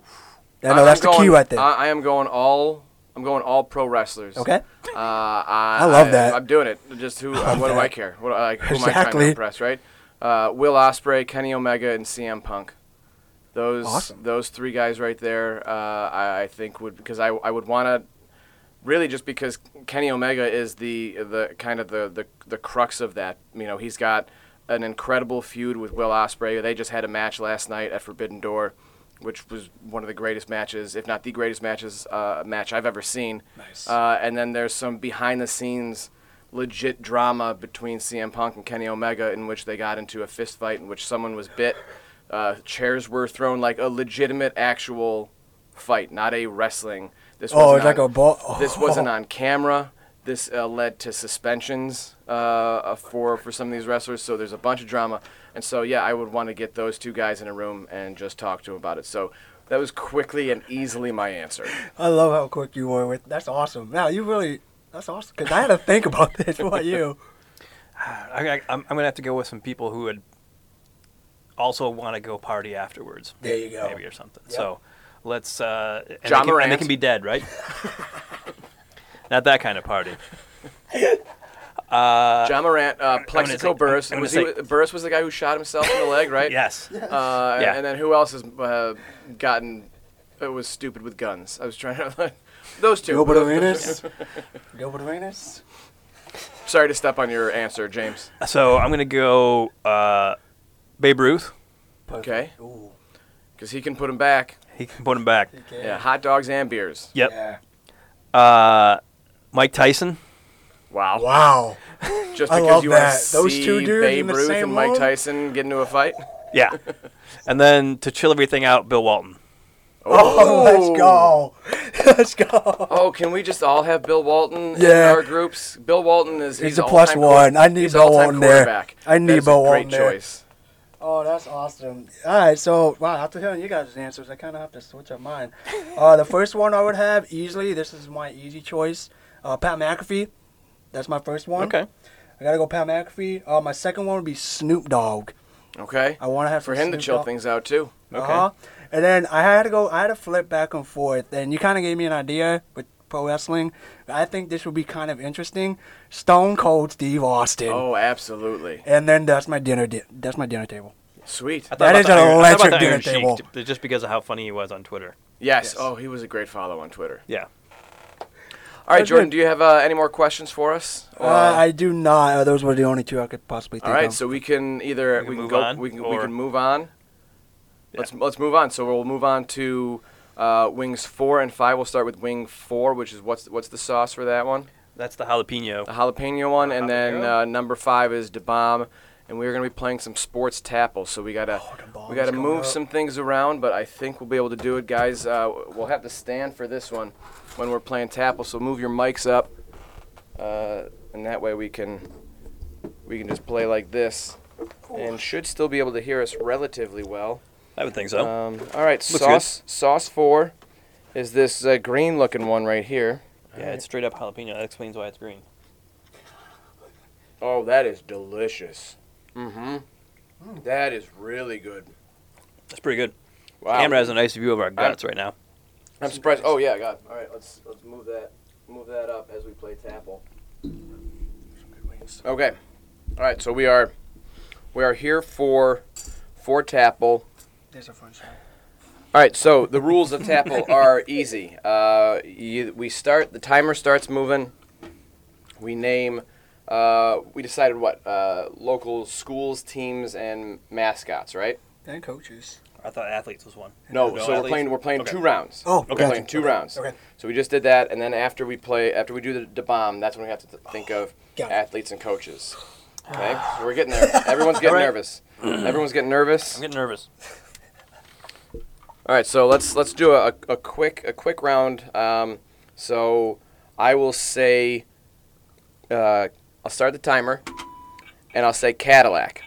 Speaker 2: I know
Speaker 1: I'm
Speaker 2: that's the key
Speaker 1: going-
Speaker 2: right there.
Speaker 1: I, I am going all. I'm going all pro wrestlers.
Speaker 2: okay.
Speaker 1: Uh, I,
Speaker 2: I love that.
Speaker 1: I'm doing it. Just who?
Speaker 2: Love
Speaker 1: what do I
Speaker 2: that.
Speaker 1: care? What do I- like? Who am I trying
Speaker 2: Exactly.
Speaker 1: to impress? Right? Uh, Will Osprey, Kenny Omega, and CM Punk. Those
Speaker 2: Awesome.
Speaker 1: those three guys right there. Uh, I, I think would because I I would want to. Really, just because Kenny Omega is the the kind of the, the the crux of that, you know, he's got an incredible feud with Will Ospreay. They just had a match last night at Forbidden Door, which was one of the greatest matches, if not the greatest matches uh, match I've ever seen.
Speaker 2: Nice.
Speaker 1: Uh, and then there's some behind the scenes legit drama between CM Punk and Kenny Omega in which they got into a fist fight in which someone was bit. Uh, chairs were thrown like a legitimate actual fight, not a wrestling. This
Speaker 2: Oh,
Speaker 1: wasn't
Speaker 2: it's like
Speaker 1: on-
Speaker 2: a ball. Oh,
Speaker 1: this wasn't
Speaker 3: Oh.
Speaker 1: on camera. This uh, led to suspensions uh, uh, for for some of these wrestlers. So there's a bunch of drama, and so yeah, I would want to get those two guys in a room and just talk to them about it. So that was quickly and easily my answer.
Speaker 2: I love how quick you were with. That's awesome. Now you really. That's awesome. Cause I had to think about this. What about you?
Speaker 3: I, I, I'm, I'm gonna have to go with some people who would also want to go party afterwards.
Speaker 2: There you go.
Speaker 3: Maybe or something.
Speaker 2: Yep.
Speaker 3: So let's. Uh, and
Speaker 1: John
Speaker 3: they can, and they
Speaker 1: Morant.
Speaker 3: can be dead, right? Not that kind of party.
Speaker 1: John Morant, uh,
Speaker 3: gonna say-
Speaker 1: Plexico Burris.
Speaker 3: I'm gonna
Speaker 1: was he,
Speaker 3: say-
Speaker 1: Burris was the guy who shot himself in the leg, right?
Speaker 3: Yes.
Speaker 1: Uh,
Speaker 3: Yeah.
Speaker 1: And then who else has uh, gotten? It was stupid with guns. I was trying to. those two.
Speaker 2: Gilbert Arenas. Gilbert Arenas.
Speaker 1: Sorry to step on your answer, James.
Speaker 3: So I'm gonna go uh, Babe Ruth.
Speaker 1: Okay.
Speaker 2: Ooh.
Speaker 1: Because he can put him back.
Speaker 3: He can put him back.
Speaker 1: Yeah. hot dogs and beers.
Speaker 3: Yep.
Speaker 2: Yeah.
Speaker 3: Uh, Mike Tyson.
Speaker 1: Wow.
Speaker 2: Wow.
Speaker 1: Just
Speaker 2: I
Speaker 1: because
Speaker 2: love
Speaker 1: you want to
Speaker 2: that.
Speaker 1: see
Speaker 2: Those two dudes
Speaker 1: Babe
Speaker 2: in the
Speaker 1: Ruth
Speaker 2: same
Speaker 1: and Mike
Speaker 2: room?
Speaker 1: Tyson get into a fight.
Speaker 3: Yeah. and then to chill everything out, Bill Walton.
Speaker 2: Oh, let's go. Let's go.
Speaker 1: Oh, can we just all have Bill Walton
Speaker 2: Yeah.
Speaker 1: in our groups? Bill Walton is
Speaker 2: He's
Speaker 1: he's,
Speaker 2: a
Speaker 1: an
Speaker 2: plus
Speaker 1: all-time
Speaker 2: one. I need
Speaker 1: he's
Speaker 2: Bill
Speaker 1: all-time
Speaker 2: Walton there.
Speaker 1: quarterback.
Speaker 2: I need
Speaker 1: That's
Speaker 2: Bill
Speaker 1: a
Speaker 2: Walton
Speaker 1: great
Speaker 2: there.
Speaker 1: choice.
Speaker 2: Oh, that's awesome. All right, so wow, after hearing you guys' answers, I kind of have to switch up mine. Uh, the first one I would have easily. This is my easy choice. Uh, Pat McAfee. That's my first one. I gotta go Pat McAfee. Uh, my second one would be Snoop Dogg.
Speaker 1: Okay.
Speaker 2: I want to have
Speaker 1: For
Speaker 2: some
Speaker 1: him to
Speaker 2: Snoop
Speaker 1: chill
Speaker 2: Dogg.
Speaker 1: things out too.
Speaker 2: Okay. Uh-huh. And then I had to go. I had to flip back and forth, and you kind of gave me an idea with pro wrestling. I think this would be kind of interesting. Stone Cold Steve Austin.
Speaker 1: Oh, absolutely.
Speaker 2: And then that's my dinner. Di- that's my dinner table.
Speaker 1: Sweet.
Speaker 3: I thought
Speaker 2: That
Speaker 3: about
Speaker 2: is
Speaker 3: the
Speaker 2: an
Speaker 3: Iron- I thought about the
Speaker 2: electric
Speaker 3: Iron
Speaker 2: dinner
Speaker 3: Sheik,
Speaker 2: table.
Speaker 3: j- just because of how funny he was on Twitter.
Speaker 1: Yes. Oh, he was a great follow on Twitter.
Speaker 3: Yeah.
Speaker 1: All right,
Speaker 2: That's
Speaker 1: Jordan.
Speaker 2: good.
Speaker 1: Do you have uh, any more questions for us?
Speaker 2: Uh, I do not. Uh, those were the only two I could possibly think
Speaker 1: All right,
Speaker 2: of.
Speaker 1: so we can either
Speaker 3: We can
Speaker 1: we can,
Speaker 3: move
Speaker 1: go
Speaker 3: on,
Speaker 1: we can we
Speaker 3: or-
Speaker 1: can move on. Let's let's move on. So we'll move on to uh, wings four and five. We'll start with wing four, which is what's what's the sauce for that one?
Speaker 3: That's the jalapeno.
Speaker 1: The jalapeno one, and then
Speaker 3: Habanero.
Speaker 1: uh, number five is the bomb. And we're gonna be playing some sports tapple, so we gotta
Speaker 2: Oh,
Speaker 1: we gotta move some things around. But I think we'll be able to do it, guys. Uh, we'll have to stand for this one when we're playing tapple. So move your mics up, uh, and that way we can we can just play like this, and should still be able to hear us relatively well.
Speaker 3: I would think so.
Speaker 1: Um, all right,
Speaker 3: Oh. good.
Speaker 1: sauce sauce four is this uh, green looking one right here.
Speaker 3: yeah, it's straight up jalapeno. That explains why it's green.
Speaker 1: Oh, that is delicious. Mm-hmm. That is really good.
Speaker 3: That's pretty good.
Speaker 1: Wow.
Speaker 3: Camera has a nice view of our guts right now.
Speaker 1: I'm surprised. Oh yeah, God. All right, let's let's move that move that up as we play Tapple. Okay. All right, so we are we are here for for Tapple.
Speaker 2: There's a French
Speaker 1: All right, so the rules of Tapple are easy. Uh, you, we start, the timer starts moving. We name, uh, we decided what? Uh, local schools, teams, and mascots, right?
Speaker 2: and coaches.
Speaker 3: I thought athletes was one.
Speaker 1: No,
Speaker 3: No,
Speaker 1: so we're
Speaker 3: athletes?
Speaker 1: playing, we're playing
Speaker 3: Okay.
Speaker 1: two rounds.
Speaker 2: Oh,
Speaker 1: We're
Speaker 2: gotcha.
Speaker 1: playing two rounds.
Speaker 2: Okay.
Speaker 1: So we just did that, and then after we play, after we do the, the bomb, that's when we have to th- think of
Speaker 2: got it. Ah.
Speaker 1: athletes and coaches. Okay, so we're getting there. Everyone's getting
Speaker 3: All right.
Speaker 1: nervous. Everyone's getting nervous.
Speaker 3: I'm getting nervous.
Speaker 1: All right, so let's let's do a, a quick a quick round. Um, so I will say uh, I'll start the timer, and I'll say Cadillac,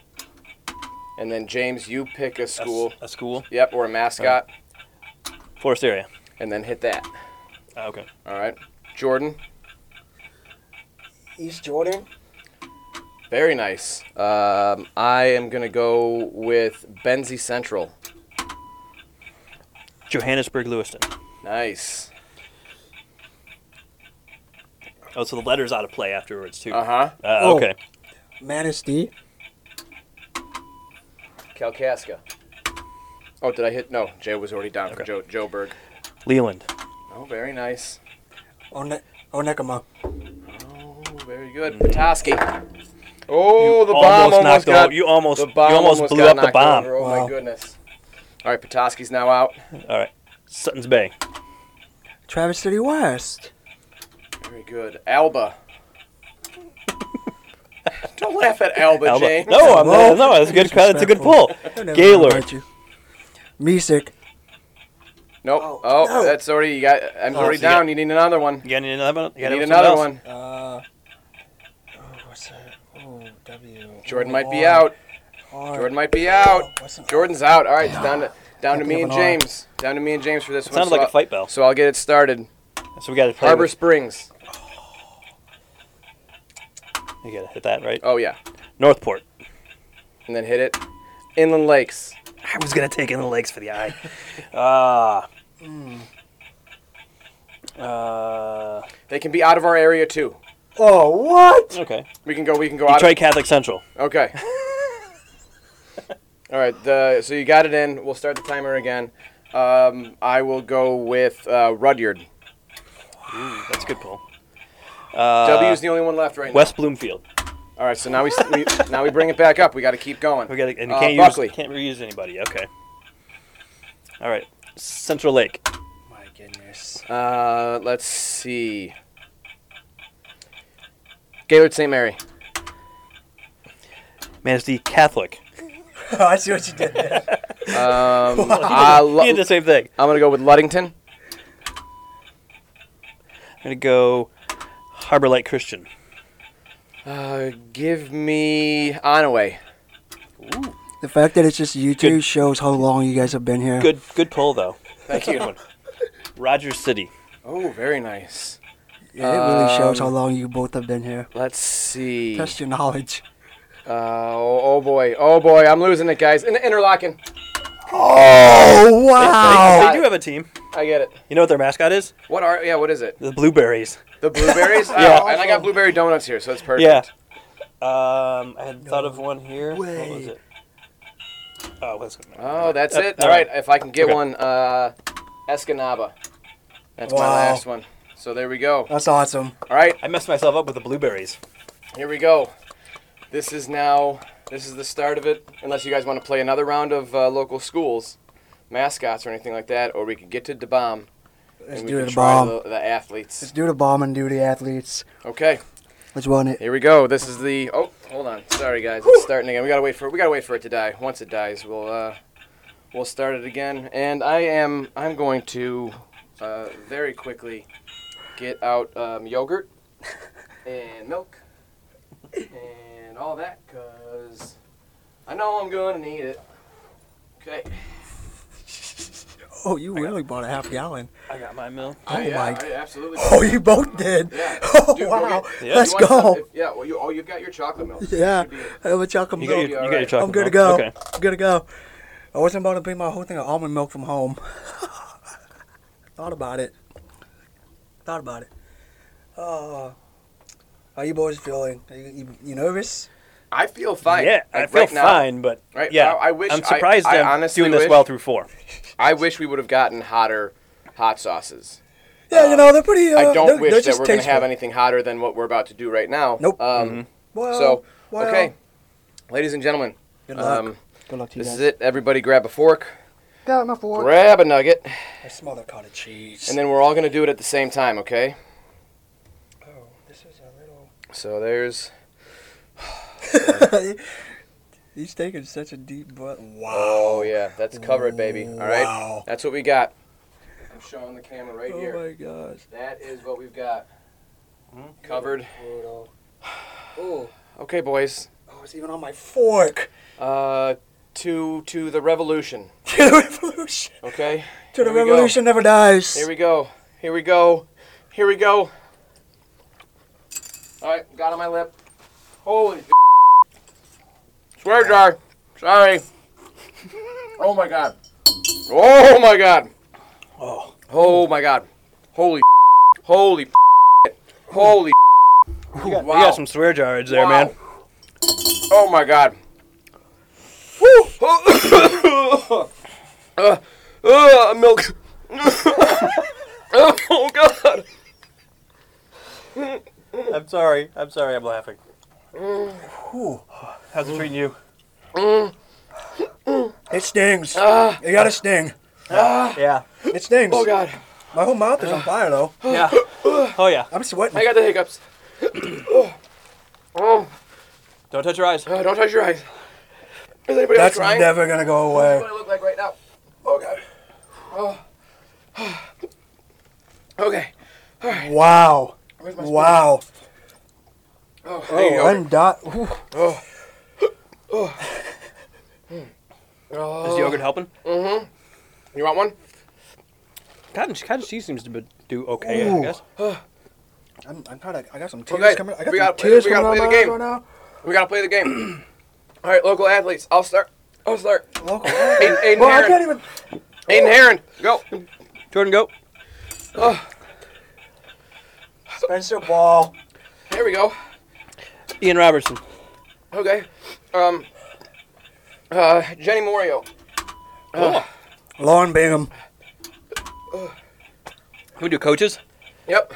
Speaker 1: and then James, you pick a
Speaker 3: A s-
Speaker 1: school.
Speaker 3: A, school.
Speaker 1: Yep, or a mascot,
Speaker 3: Forest area.
Speaker 1: and then hit that.
Speaker 3: Ah, okay.
Speaker 1: All right, Jordan,
Speaker 2: East Jordan.
Speaker 1: very nice. Um, I am gonna go with Benzie Central.
Speaker 3: Johannesburg, Lewiston.
Speaker 1: Nice.
Speaker 3: Oh, so the letters out of play afterwards too.
Speaker 1: Uh huh.
Speaker 3: Uh,
Speaker 2: Oh.
Speaker 3: Okay.
Speaker 2: Manistee.
Speaker 1: Kalkaska. Oh, did I hit? No, Jay was already down for
Speaker 3: Okay.
Speaker 1: Joe Joburg.
Speaker 3: Leland.
Speaker 1: Oh, very nice.
Speaker 2: One- Onekama.
Speaker 1: Oh, very good. Petoskey. Oh, the
Speaker 3: You
Speaker 1: bomb
Speaker 3: Mm. almost knocked
Speaker 1: almost got.
Speaker 3: over- you almost-
Speaker 1: the bomb
Speaker 3: you almost blew
Speaker 1: got
Speaker 3: up the
Speaker 1: knocked
Speaker 3: bomb.
Speaker 1: over. Oh
Speaker 2: Wow.
Speaker 1: my goodness. All right, Petoskey's now out.
Speaker 3: All right. Sutton's Bay.
Speaker 2: Travis City West.
Speaker 1: Very good. Alba. Don't laugh at Alba,
Speaker 3: Alba-
Speaker 1: James.
Speaker 3: No, Oh, I'm
Speaker 2: Well,
Speaker 3: not, no, that's a good. That's a good
Speaker 2: disrespectful.
Speaker 3: pull. Gaylord.
Speaker 2: Music.
Speaker 1: Nope.
Speaker 2: Oh,
Speaker 1: Oh,
Speaker 2: no.
Speaker 1: that's already. You got. I'm
Speaker 3: Oh,
Speaker 1: already
Speaker 3: so you
Speaker 1: down.
Speaker 3: got-
Speaker 1: You need another one.
Speaker 3: You got any another one?
Speaker 1: You
Speaker 3: got
Speaker 1: need
Speaker 3: someone
Speaker 1: another
Speaker 3: else?
Speaker 1: one.
Speaker 2: Uh, oh, what's that? Oh, W.
Speaker 1: Jordan
Speaker 2: Oh,
Speaker 1: might be
Speaker 2: R.
Speaker 1: out.
Speaker 2: R. Oh,
Speaker 1: Jordan might be out.
Speaker 2: What's an R?
Speaker 1: Jordan's out. All right, it's down to down to
Speaker 2: Can't
Speaker 1: me
Speaker 2: think
Speaker 1: and
Speaker 2: of an R.
Speaker 1: James. Down to me and James for this
Speaker 3: It
Speaker 1: one.
Speaker 3: sounded
Speaker 1: so
Speaker 3: like a
Speaker 1: I'll-
Speaker 3: fight bell.
Speaker 1: So I'll get it started.
Speaker 3: So we got to play.
Speaker 1: Harbor
Speaker 3: with-
Speaker 1: Springs.
Speaker 3: You got to hit that right.
Speaker 1: Oh yeah,
Speaker 3: Northport.
Speaker 1: and then hit it. Inland Lakes.
Speaker 3: I was gonna take in the legs for the eye. Ah. Uh,
Speaker 1: They can be out of our area too.
Speaker 2: Oh, what?
Speaker 3: okay.
Speaker 1: We can go. We can go out.
Speaker 3: Detroit Catholic Central.
Speaker 1: Of, okay. All right. The, so you got it in. We'll start the timer again. Um, I will go with uh, Rudyard.
Speaker 3: That's a good pull. Uh,
Speaker 1: W's the only one left right
Speaker 3: West Bloomfield.
Speaker 1: now. All right. So now we, we now we bring it back up. We got to keep going.
Speaker 3: We got and you
Speaker 1: Uh,
Speaker 3: can't
Speaker 1: Buckley.
Speaker 3: use can't reuse anybody. Okay. All right. Central Lake.
Speaker 2: My goodness.
Speaker 1: Uh, let's see. Gaylord St. Mary.
Speaker 3: Manistee Catholic.
Speaker 2: I see what you did there.
Speaker 1: Um, I
Speaker 3: You did
Speaker 1: lo-
Speaker 3: the same thing.
Speaker 1: I'm gonna go with Luddington.
Speaker 3: I'm gonna go Harbor Light Christian.
Speaker 1: Uh, give me Onaway.
Speaker 2: The fact that it's just you two
Speaker 3: Good.
Speaker 2: shows how long you guys have been here.
Speaker 3: Good good pull though.
Speaker 1: Thank you.
Speaker 3: Rogers City.
Speaker 1: Oh, very nice.
Speaker 2: Yeah, it really shows how
Speaker 1: Um,
Speaker 2: long you both have been here.
Speaker 1: Let's see. Uh,
Speaker 2: Test your knowledge.
Speaker 1: oh, oh boy. Oh boy. I'm losing it, guys. In Interlocking.
Speaker 2: Oh,
Speaker 3: They,
Speaker 1: wow.
Speaker 3: they do have a team.
Speaker 1: I get it.
Speaker 3: You know what their mascot is?
Speaker 1: What are? Yeah. What is it?
Speaker 3: The Blueberries.
Speaker 1: The blueberries.
Speaker 3: Yeah.
Speaker 1: Oh, and I got blueberry donuts here, so it's perfect.
Speaker 3: Yeah. Um, I had thought of one here. What
Speaker 2: way.
Speaker 3: was it? Oh, what's it?
Speaker 1: Oh, that's
Speaker 3: Uh,
Speaker 1: it.
Speaker 3: uh,
Speaker 1: All right, if I can get
Speaker 3: okay.
Speaker 1: one, uh, Escanaba. That's my
Speaker 2: Wow.
Speaker 1: last one. So there we go.
Speaker 2: That's awesome.
Speaker 1: All right,
Speaker 3: I messed myself up with the blueberries.
Speaker 1: here we go. This is now. This is the start of it. Unless you guys want to play another round of uh, local schools, mascots or anything like that, or we could get to the bomb
Speaker 2: Let's
Speaker 1: and we
Speaker 2: do
Speaker 1: could
Speaker 2: the
Speaker 1: try
Speaker 2: bomb.
Speaker 1: the, the
Speaker 2: Let's
Speaker 1: athletes.
Speaker 2: do the bomb and do the athletes.
Speaker 1: Okay,
Speaker 2: Let's run it.
Speaker 1: here we go. This is the. Oh, hold on. Sorry guys, it's starting again. We gotta wait for. We gotta wait for it to die. Once it dies, we'll. Uh, we'll start it again. And I am I'm going to uh, very quickly get out um, yogurt and milk and all that because I know I'm going to need it. Okay.
Speaker 2: Oh, you really bought a half gallon.
Speaker 3: I got my milk.
Speaker 2: Oh
Speaker 1: yeah,
Speaker 2: my.
Speaker 1: I absolutely.
Speaker 2: Oh, you both did.
Speaker 1: Yeah.
Speaker 2: Oh
Speaker 1: Dude, go
Speaker 2: wow.
Speaker 1: get-
Speaker 3: Yeah.
Speaker 1: You
Speaker 2: Let's
Speaker 1: want some?
Speaker 2: go.
Speaker 1: If- yeah. Well, you oh you've got your chocolate milk.
Speaker 2: Yeah.
Speaker 1: Should be it.
Speaker 2: Hey, what y'all can
Speaker 3: You
Speaker 2: go.
Speaker 3: got your,
Speaker 1: You'll be
Speaker 3: you got your
Speaker 1: alright.
Speaker 3: chocolate
Speaker 2: I'm good to go.
Speaker 3: milk? Okay.
Speaker 2: I'm good to go. I wasn't about to bring my whole thing of almond milk from home. Thought about it. Thought about it. Uh, how you boys feeling? Are you, you, you nervous?
Speaker 1: I feel fine.
Speaker 3: Yeah, I
Speaker 1: Like,
Speaker 3: feel
Speaker 1: right now,
Speaker 3: fine, but
Speaker 1: right
Speaker 3: yeah,
Speaker 1: now, I wish-
Speaker 3: I'm
Speaker 1: I-
Speaker 3: surprised
Speaker 1: I
Speaker 3: am
Speaker 1: honestly
Speaker 3: doing this
Speaker 1: wish-
Speaker 3: well through four.
Speaker 1: I wish we would have gotten hotter hot sauces.
Speaker 2: Yeah, you know they're pretty. Uh,
Speaker 1: I don't
Speaker 2: they're,
Speaker 1: wish
Speaker 2: they're
Speaker 1: that
Speaker 2: just
Speaker 1: we're going to
Speaker 2: tasteful.
Speaker 1: have anything hotter than what we're about to do right now.
Speaker 2: Nope.
Speaker 1: Um,
Speaker 2: Well,
Speaker 1: So,
Speaker 2: well,
Speaker 1: okay, ladies and gentlemen,
Speaker 2: Good luck.
Speaker 1: um,
Speaker 2: good luck to you
Speaker 1: this
Speaker 2: guys.
Speaker 1: is it. Everybody grab a fork,
Speaker 2: Got my fork.
Speaker 1: grab a nugget,
Speaker 2: I smell that cottage cheese.
Speaker 1: and then we're all going to do it at the same time, okay?
Speaker 2: oh, this is a little.
Speaker 1: So there's
Speaker 2: He's taking such a deep breath. Wow.
Speaker 1: Oh yeah, that's covered, baby. All right,
Speaker 2: Oh, Wow.
Speaker 1: that's what we got. I'm showing the camera right
Speaker 2: Oh
Speaker 1: here.
Speaker 2: my gosh.
Speaker 1: That is what we've got
Speaker 2: Mm-hmm.
Speaker 1: covered.
Speaker 2: Brutal. Oh,
Speaker 1: Okay, boys.
Speaker 2: oh, it's even on my fork.
Speaker 1: Uh, to to the revolution.
Speaker 2: To the revolution.
Speaker 1: Okay.
Speaker 2: To the
Speaker 1: Here we go.
Speaker 2: revolution never dies.
Speaker 1: Here we go. Here we go. Here we go. All right, got on my lip. Holy. Swear jar. Sorry. Oh my god. Oh my god.
Speaker 3: Oh.
Speaker 1: Oh my god. Holy. Holy. Holy.
Speaker 3: You got,
Speaker 1: wow.
Speaker 3: some swear jarage there, man.
Speaker 1: Oh my god. Woo! uh, uh, milk. oh god.
Speaker 3: I'm sorry. I'm sorry. I'm laughing. Whew. How's it treating you?
Speaker 2: It stings. it got a sting.
Speaker 3: Yeah.
Speaker 2: It stings.
Speaker 1: Ah. Uh, Oh god. Ah.
Speaker 2: My whole mouth is on fire though.
Speaker 3: Yeah. Oh yeah.
Speaker 2: I'm
Speaker 1: I
Speaker 2: sweating.
Speaker 1: got the hiccups. oh,
Speaker 3: Don't touch your eyes.
Speaker 1: um, uh, don't touch your eyes. Is anybody
Speaker 2: That's
Speaker 1: else crying?
Speaker 2: never gonna go
Speaker 1: That's
Speaker 2: away.
Speaker 1: what I look like right now. Oh god. Oh. okay.
Speaker 2: Wow.
Speaker 1: Where's my spoon?
Speaker 2: Wow.
Speaker 1: Oh, there you
Speaker 2: Oh,
Speaker 1: go.
Speaker 2: I'm dot.
Speaker 1: Oh. Oh. Mm.
Speaker 3: Is
Speaker 1: Oh.
Speaker 3: yogurt helping?
Speaker 1: You want one?
Speaker 3: Cottage cottage cheese seems to be, do okay. I
Speaker 2: Ooh.
Speaker 3: guess.
Speaker 2: I'm, I'm kinda, I got some tears
Speaker 1: Okay,
Speaker 2: coming. I
Speaker 1: we
Speaker 2: got
Speaker 1: gotta
Speaker 2: some
Speaker 1: play-
Speaker 2: tears
Speaker 1: we
Speaker 2: coming
Speaker 1: gotta
Speaker 2: out of my
Speaker 1: play
Speaker 2: eyes
Speaker 1: the
Speaker 2: right now.
Speaker 1: We gotta play the game. All right, local athletes. I'll start. I'll start.
Speaker 2: Local.
Speaker 1: Aiden, Aiden
Speaker 2: Well, I
Speaker 1: Heron.
Speaker 2: can't even.
Speaker 1: Aiden Heron. Go.
Speaker 3: Jordan, go.
Speaker 2: Spencer Ball.
Speaker 1: There we go.
Speaker 3: Ian Robertson.
Speaker 1: Okay. Um. Uh, Jenny Morio.
Speaker 2: Lauren Bingham.
Speaker 3: Can we do coaches?
Speaker 1: Yep.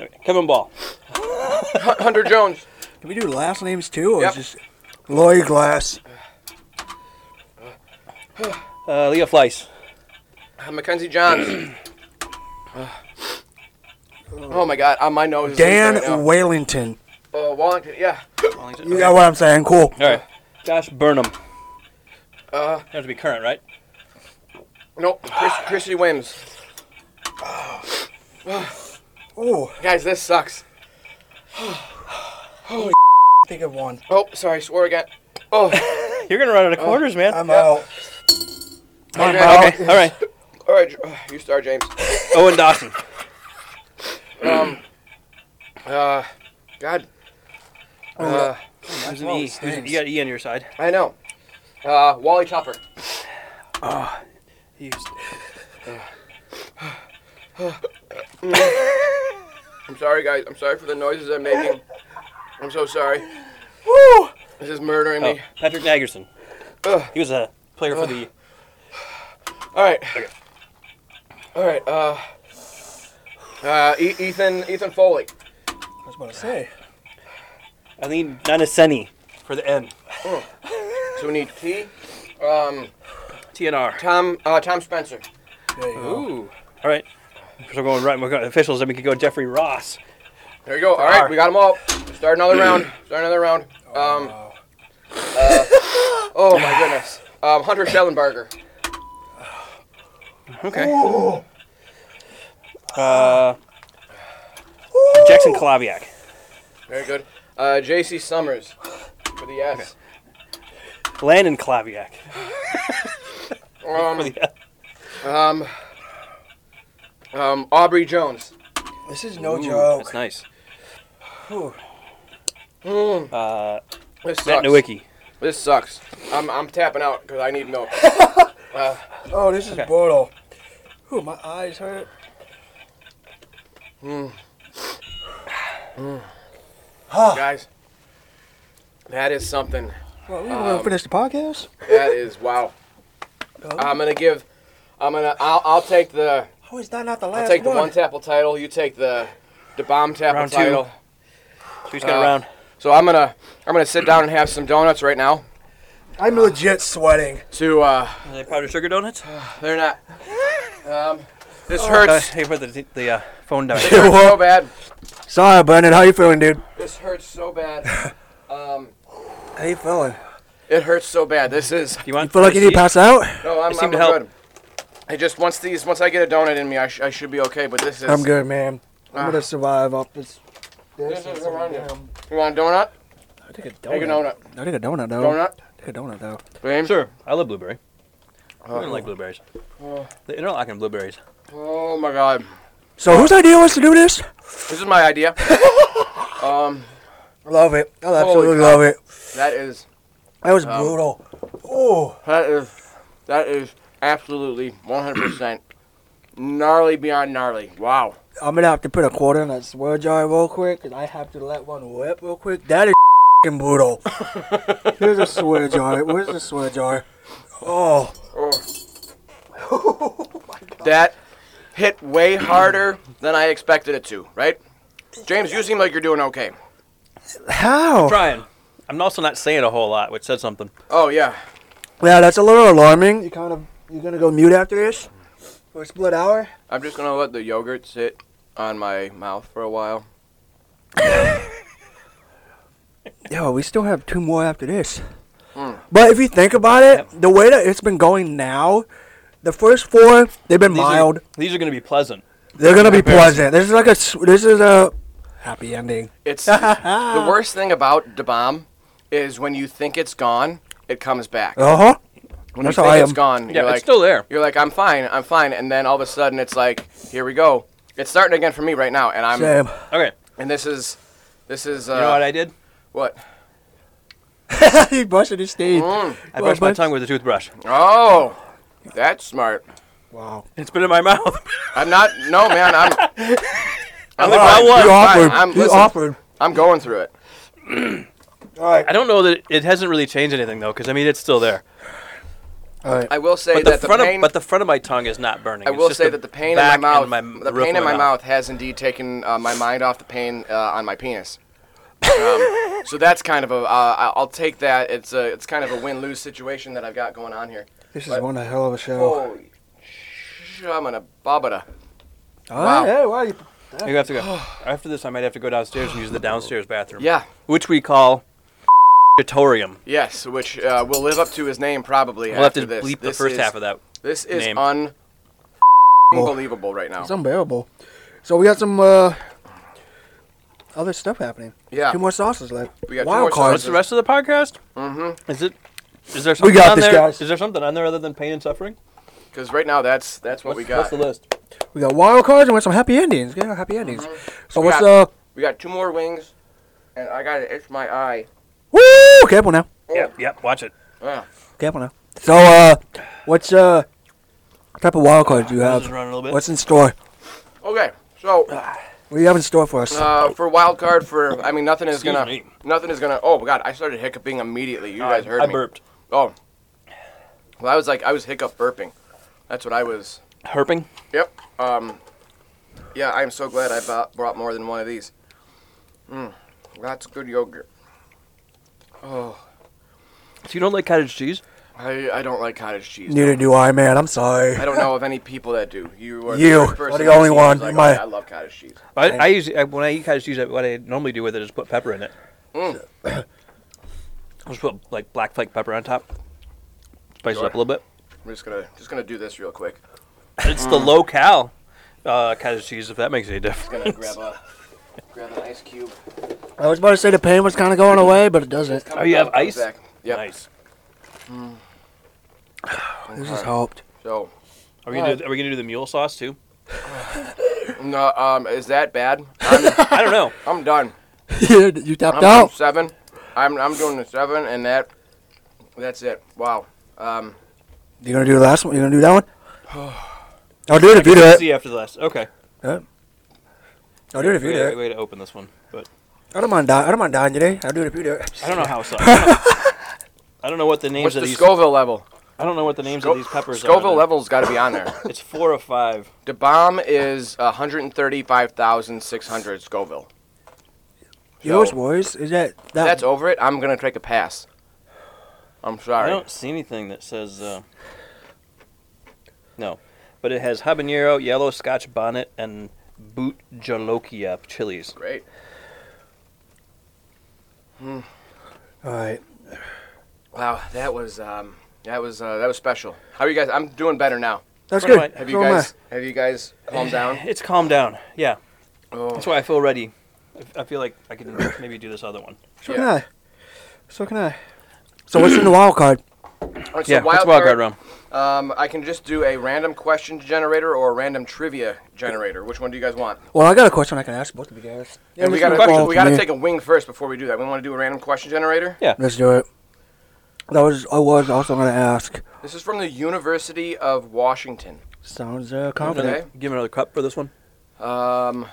Speaker 3: Okay. Kevin Ball.
Speaker 1: Hun- Hunter Jones.
Speaker 2: Can we do last names too, or
Speaker 1: Yep.
Speaker 2: just Lloyd Glass?
Speaker 3: Uh, Leah Fleiss.
Speaker 1: Uh, Mackenzie Johns. oh my God! On my nose. is
Speaker 2: Dan
Speaker 1: right now.
Speaker 2: Wellington.
Speaker 1: Uh, Wallington. Yeah.
Speaker 2: You got what I'm saying? Cool.
Speaker 3: All right. Josh Burnham.
Speaker 1: Uh,
Speaker 3: You have to be current, right?
Speaker 1: nope. Chris, Christy Wims.
Speaker 2: Ooh,
Speaker 1: Guys, this sucks.
Speaker 2: I think of one.
Speaker 1: Oh, sorry. Swore again. Oh.
Speaker 3: You're gonna run out of quarters, man.
Speaker 2: I'm out.
Speaker 1: Okay.
Speaker 3: okay. All right.
Speaker 1: All right. uh, You start, James.
Speaker 3: Owen Dawson.
Speaker 1: Um. Uh. God.
Speaker 2: Oh,
Speaker 1: Uh,
Speaker 3: There's an E. There's an- you got an E on your side.
Speaker 1: I know. Uh, Wally Topper.
Speaker 3: He's
Speaker 1: I'm sorry, guys. I'm sorry for the noises I'm making. I'm so sorry.
Speaker 2: Woo!
Speaker 1: This is murdering
Speaker 3: oh,
Speaker 1: me.
Speaker 3: Patrick Nagerson.
Speaker 1: Ugh.
Speaker 3: He was a player for the Oh.
Speaker 1: All right. All right. Uh. Uh, E- Ethan Ethan Foley.
Speaker 2: I was about to say.
Speaker 3: Eileen Nanaseni for the N.
Speaker 1: So we need T. Um,
Speaker 3: TNR.
Speaker 1: Tom uh, Tom Spencer.
Speaker 2: There you go.
Speaker 3: Ooh. All right. We're going right. We're going officials. Then we could go Jeffrey Ross.
Speaker 1: There you go. All right, we got them all. Start another round. Start another round.
Speaker 3: Oh,
Speaker 1: Um. uh, oh my goodness. Um, Hunter Schellenberger.
Speaker 3: Okay. Uh, Jackson Kalaviak.
Speaker 1: Very good. Uh, J.C. Summers for the S.
Speaker 3: Landon Kalaviak.
Speaker 1: Um, um, um, Aubrey Jones.
Speaker 2: This is no
Speaker 3: Ooh,
Speaker 2: joke.
Speaker 3: That's nice.
Speaker 2: Ooh.
Speaker 3: Uh,
Speaker 1: This sucks.
Speaker 3: Matt Nowicki.
Speaker 1: This sucks. I'm, I'm tapping out because I need milk. uh,
Speaker 2: Oh, this is brutal. Ooh, my eyes hurt.
Speaker 1: Hmm.
Speaker 2: Huh.
Speaker 1: guys, that is something.
Speaker 2: Well, we
Speaker 1: um,
Speaker 2: gonna finish the podcast.
Speaker 1: That is wow. I'm gonna give. I'm gonna. I'll, I'll take the.
Speaker 2: How Oh, is that not the
Speaker 1: I'll
Speaker 2: last
Speaker 1: take the
Speaker 2: one?
Speaker 1: one tapple title. You take the, the bomb tapple
Speaker 3: Round two.
Speaker 1: title.
Speaker 3: Who's got
Speaker 1: Uh,
Speaker 3: a round?
Speaker 1: So I'm gonna. I'm gonna sit down and have some donuts right now.
Speaker 2: I'm legit sweating.
Speaker 1: To uh,
Speaker 3: Are they powdered sugar donuts?
Speaker 1: they're not. Um, this hurts.
Speaker 3: Uh, hey, put the, the uh, phone down.
Speaker 1: This hurts so bad.
Speaker 2: Sorry, Brendan. How you feeling, dude?
Speaker 1: This hurts so bad. Um,
Speaker 2: How you feeling?
Speaker 1: It hurts so bad. This is.
Speaker 3: You want?
Speaker 2: You feel like you need to pass out?
Speaker 1: No, I'm,
Speaker 3: It seemed
Speaker 1: I'm
Speaker 3: to help.
Speaker 1: good. I just once these once I get a donut in me, I, sh- I should be okay. But this is.
Speaker 2: I'm good, man.
Speaker 1: Ah.
Speaker 2: I'm gonna survive off this.
Speaker 1: This is around
Speaker 2: I
Speaker 1: you. You want a donut?
Speaker 2: take a donut.
Speaker 1: Take a donut.
Speaker 2: I take a donut though.
Speaker 1: Donut.
Speaker 2: Take a donut though.
Speaker 1: Babe?
Speaker 3: Sure. I love blueberry. I
Speaker 1: Oh.
Speaker 3: like blueberries.
Speaker 1: Oh.
Speaker 3: The interlocking blueberries.
Speaker 1: oh my god.
Speaker 2: So whose idea was to do this?
Speaker 1: This is my idea. um,
Speaker 2: Love it. I absolutely
Speaker 1: cow.
Speaker 2: love it.
Speaker 1: that is
Speaker 2: That was
Speaker 1: Um,
Speaker 2: brutal. Oh,
Speaker 1: that is that is absolutely 100% gnarly beyond gnarly. Wow.
Speaker 2: I'm gonna have to put a quarter in that swear jar real quick, cause I have to let one whip real quick. That is f***ing brutal. Here's a swear jar. Where's the swear jar? Oh,
Speaker 1: Oh. That hit way harder than I expected it to. Right, James? You seem like you're doing okay.
Speaker 2: how?
Speaker 3: Trying. I'm also not saying a whole lot, which says something.
Speaker 1: Oh yeah.
Speaker 2: Yeah, that's a little alarming. You kind of you gonna go mute after this for a split hour?
Speaker 1: I'm just gonna let the yogurt sit on my mouth for a while.
Speaker 2: Yo, we still have two more after this.
Speaker 1: Mm.
Speaker 2: But if you think about it, the way that it's been going now, the first four they've been
Speaker 3: These are-
Speaker 2: mild.
Speaker 3: these are going to be pleasant.
Speaker 2: They're gonna be
Speaker 3: Very-
Speaker 2: pleasant. This is like a s- this is a happy ending.
Speaker 1: It's the worst thing about the bomb is when you think it's gone, it comes back.
Speaker 2: Uh huh.
Speaker 1: when
Speaker 2: that's
Speaker 1: you
Speaker 2: how
Speaker 1: think
Speaker 2: I
Speaker 1: it's
Speaker 2: am.
Speaker 1: gone,
Speaker 3: Yeah,
Speaker 1: you're
Speaker 3: it's
Speaker 1: like
Speaker 3: still there.
Speaker 1: you're like I'm fine, I'm fine, and then all of a sudden it's like here we go. It's starting again for me right now, and I'm
Speaker 2: Same.
Speaker 3: Okay.
Speaker 1: and this is this is uh,
Speaker 3: You know what I did?
Speaker 1: what?
Speaker 2: he brushed his teeth.
Speaker 1: Mm.
Speaker 3: I
Speaker 2: Well,
Speaker 3: brushed my
Speaker 2: but-
Speaker 3: tongue with a toothbrush.
Speaker 1: Oh, that's smart.
Speaker 2: Wow.
Speaker 3: It's been in my mouth.
Speaker 1: I'm not no man. I'm I'm,
Speaker 3: Well,
Speaker 1: fine,
Speaker 3: I
Speaker 1: I'm fine,
Speaker 2: You
Speaker 3: won.
Speaker 2: offered.
Speaker 1: I'm,
Speaker 2: you
Speaker 1: listen,
Speaker 2: offered.
Speaker 1: I'm going through it.
Speaker 2: All right.
Speaker 3: I don't know that it hasn't really changed anything though, because I mean it's still there.
Speaker 2: All right.
Speaker 1: I will say
Speaker 3: But the
Speaker 1: that the
Speaker 3: front
Speaker 1: pain.
Speaker 3: of but the front of my tongue is not burning.
Speaker 1: I
Speaker 3: It's
Speaker 1: will
Speaker 3: just
Speaker 1: say that the pain in my
Speaker 3: back
Speaker 1: mouth,
Speaker 3: and my-
Speaker 1: the
Speaker 3: roof
Speaker 1: pain
Speaker 3: of
Speaker 1: in my
Speaker 3: mouth.
Speaker 1: mouth has indeed taken uh, my mind off the pain uh, on my penis. Um, so that's kind of a, uh, I- I'll take that. It's a, it's kind of a win-lose situation that I've got going on here.
Speaker 2: This is
Speaker 1: But-
Speaker 2: one hell of a show.
Speaker 1: Oh, sh- I'm gonna bobbada.
Speaker 2: All right.
Speaker 1: wow.
Speaker 2: Yeah, wow. You,
Speaker 3: You have to go. After this, I might have to go downstairs and use the downstairs bathroom.
Speaker 1: Yeah,
Speaker 3: Which we call auditorium.
Speaker 1: yes, which uh, will live up to his name probably.
Speaker 3: We'll have
Speaker 1: after
Speaker 3: to
Speaker 1: this.
Speaker 3: bleep the
Speaker 1: This
Speaker 3: first
Speaker 1: is-
Speaker 3: half of that.
Speaker 1: This is
Speaker 3: name.
Speaker 1: un unbelievable right now.
Speaker 2: it's unbearable. So we got some uh, other stuff happening.
Speaker 1: Yeah,
Speaker 2: Two more sauces left.
Speaker 1: We got two
Speaker 2: Wild
Speaker 1: more
Speaker 2: cards.
Speaker 3: What's the rest of the podcast? Mm-hmm. Is it? Is there something
Speaker 2: got
Speaker 3: on
Speaker 2: this,
Speaker 3: there?
Speaker 2: guys.
Speaker 3: Is there something on there other than pain and suffering?
Speaker 1: because right now that's that's what
Speaker 3: what's,
Speaker 1: we got.
Speaker 3: What's the list?
Speaker 2: We got wild cards and we got some happy endings. Yeah, happy endings. So
Speaker 1: Mm-hmm. We
Speaker 2: what's
Speaker 1: got-
Speaker 2: uh?
Speaker 1: we got two more wings, and I got to itch my eye.
Speaker 2: Woo! Careful now.
Speaker 3: Yep. Yep. Watch it.
Speaker 1: Yeah.
Speaker 2: Careful now. So uh, what's uh? What type of wild cards do you
Speaker 3: This is
Speaker 2: have?
Speaker 3: running a little bit.
Speaker 2: What's in store?
Speaker 1: Okay, so
Speaker 2: Ah, What do you have in store for us?
Speaker 1: uh, for wild card, for I mean nothing is
Speaker 3: Excuse
Speaker 1: gonna
Speaker 3: me.
Speaker 1: nothing is gonna. Oh my god, I started hiccuping immediately. You guys heard
Speaker 3: I
Speaker 1: me.
Speaker 3: burped.
Speaker 1: Oh, well, I was like I was hiccup burping. That's what I was.
Speaker 3: Herping.
Speaker 1: Yep. Um, yeah, I am so glad I bought, brought more than one of these. Mm, that's good yogurt. Oh,
Speaker 3: So you don't like cottage cheese?
Speaker 1: I, I don't like cottage cheese.
Speaker 2: Neither do I, man. I'm sorry.
Speaker 1: I don't know of any people that do. You are
Speaker 2: You
Speaker 1: the, first
Speaker 2: are
Speaker 1: person
Speaker 2: the
Speaker 1: I've
Speaker 2: only
Speaker 1: seen
Speaker 2: one
Speaker 1: who's Like,
Speaker 2: in my-
Speaker 1: "Oh, I love cottage cheese.
Speaker 3: I, I usually I, when I eat cottage cheese, I, what I normally do with it is put pepper in it.
Speaker 1: Mm.
Speaker 3: I'll just put like black flake pepper on top, spice it
Speaker 1: Sure.
Speaker 3: up a little bit.
Speaker 1: I'm just gonna just gonna do this real quick. Mm.
Speaker 3: It's the low cal uh, cottage cheese, if that makes any
Speaker 1: Gonna
Speaker 3: difference.
Speaker 1: grab a grab an ice cube.
Speaker 2: I was about to say the pain was kind of going away, but it doesn't.
Speaker 1: Come
Speaker 3: Oh, you
Speaker 1: back,
Speaker 3: have
Speaker 1: come
Speaker 3: ice?
Speaker 1: back. Yep.
Speaker 3: Nice.
Speaker 2: This has helped.
Speaker 1: So,
Speaker 3: Are we, gonna do, are we gonna do the mule sauce too?
Speaker 1: no, um, is that bad? I'm,
Speaker 3: I don't know.
Speaker 1: I'm done.
Speaker 2: you you tapped
Speaker 1: I'm on
Speaker 2: out.
Speaker 1: seven. I'm I'm doing the seven, and that that's it. Wow. Um,
Speaker 2: You gonna do the last one? You gonna do that one? I'll do it if you do it.
Speaker 3: See after the last. Okay.
Speaker 2: I'll do it if you
Speaker 3: Way
Speaker 2: do
Speaker 3: to,
Speaker 2: it.
Speaker 3: way to open this one, but
Speaker 2: I don't mind dying. I don't mind dying today. I'll do it if you do it.
Speaker 3: I don't know how sauce. I don't know, I don't know what the names
Speaker 1: what's
Speaker 3: of
Speaker 1: the
Speaker 3: these.
Speaker 1: Scoville level?
Speaker 3: I don't know what the names
Speaker 1: Sco-
Speaker 3: of these peppers are.
Speaker 1: Scoville
Speaker 3: though.
Speaker 1: level's got to be on there.
Speaker 3: It's four or five.
Speaker 1: the bomb is 135,600 Scoville.
Speaker 2: You know what's
Speaker 1: So-
Speaker 2: worse is that that
Speaker 1: That's over it. I'm gonna take a pass. I'm
Speaker 3: I
Speaker 1: sorry.
Speaker 3: don't see anything that says. Uh, no, but it has habanero, yellow Scotch bonnet, and boot jalokia chilies.
Speaker 1: Great.
Speaker 2: All right.
Speaker 1: Wow, that was um, that was uh, that was special. How are you guys? I'm doing better now.
Speaker 2: That's
Speaker 3: What am
Speaker 2: good.
Speaker 3: I-
Speaker 1: Have you
Speaker 2: So am I.
Speaker 1: guys? Have you guys calmed down?
Speaker 3: It's calmed down. Yeah,
Speaker 1: Oh,
Speaker 3: that's why I feel ready. I- I feel like I can maybe do this other one.
Speaker 2: So
Speaker 1: yeah.
Speaker 2: can I. So can I. So what's in the wild card?
Speaker 1: All right, so
Speaker 3: yeah, what's wild card round?
Speaker 1: Um, I can just do a random question generator or a random trivia generator. Which one do you guys want?
Speaker 2: Well, I got a question I can ask both of you guys.
Speaker 1: And we
Speaker 2: It's
Speaker 1: got
Speaker 2: not
Speaker 1: to
Speaker 2: wrong
Speaker 1: we
Speaker 2: for
Speaker 1: got to
Speaker 2: me.
Speaker 1: take a wing first before we do that. We want to do a random question generator.
Speaker 3: Yeah.
Speaker 2: Let's do it. That was I was also gonna ask.
Speaker 1: This is from the University of Washington.
Speaker 2: Sounds uh, confident.
Speaker 1: Okay.
Speaker 3: Another, give another cup for this one.
Speaker 1: Um,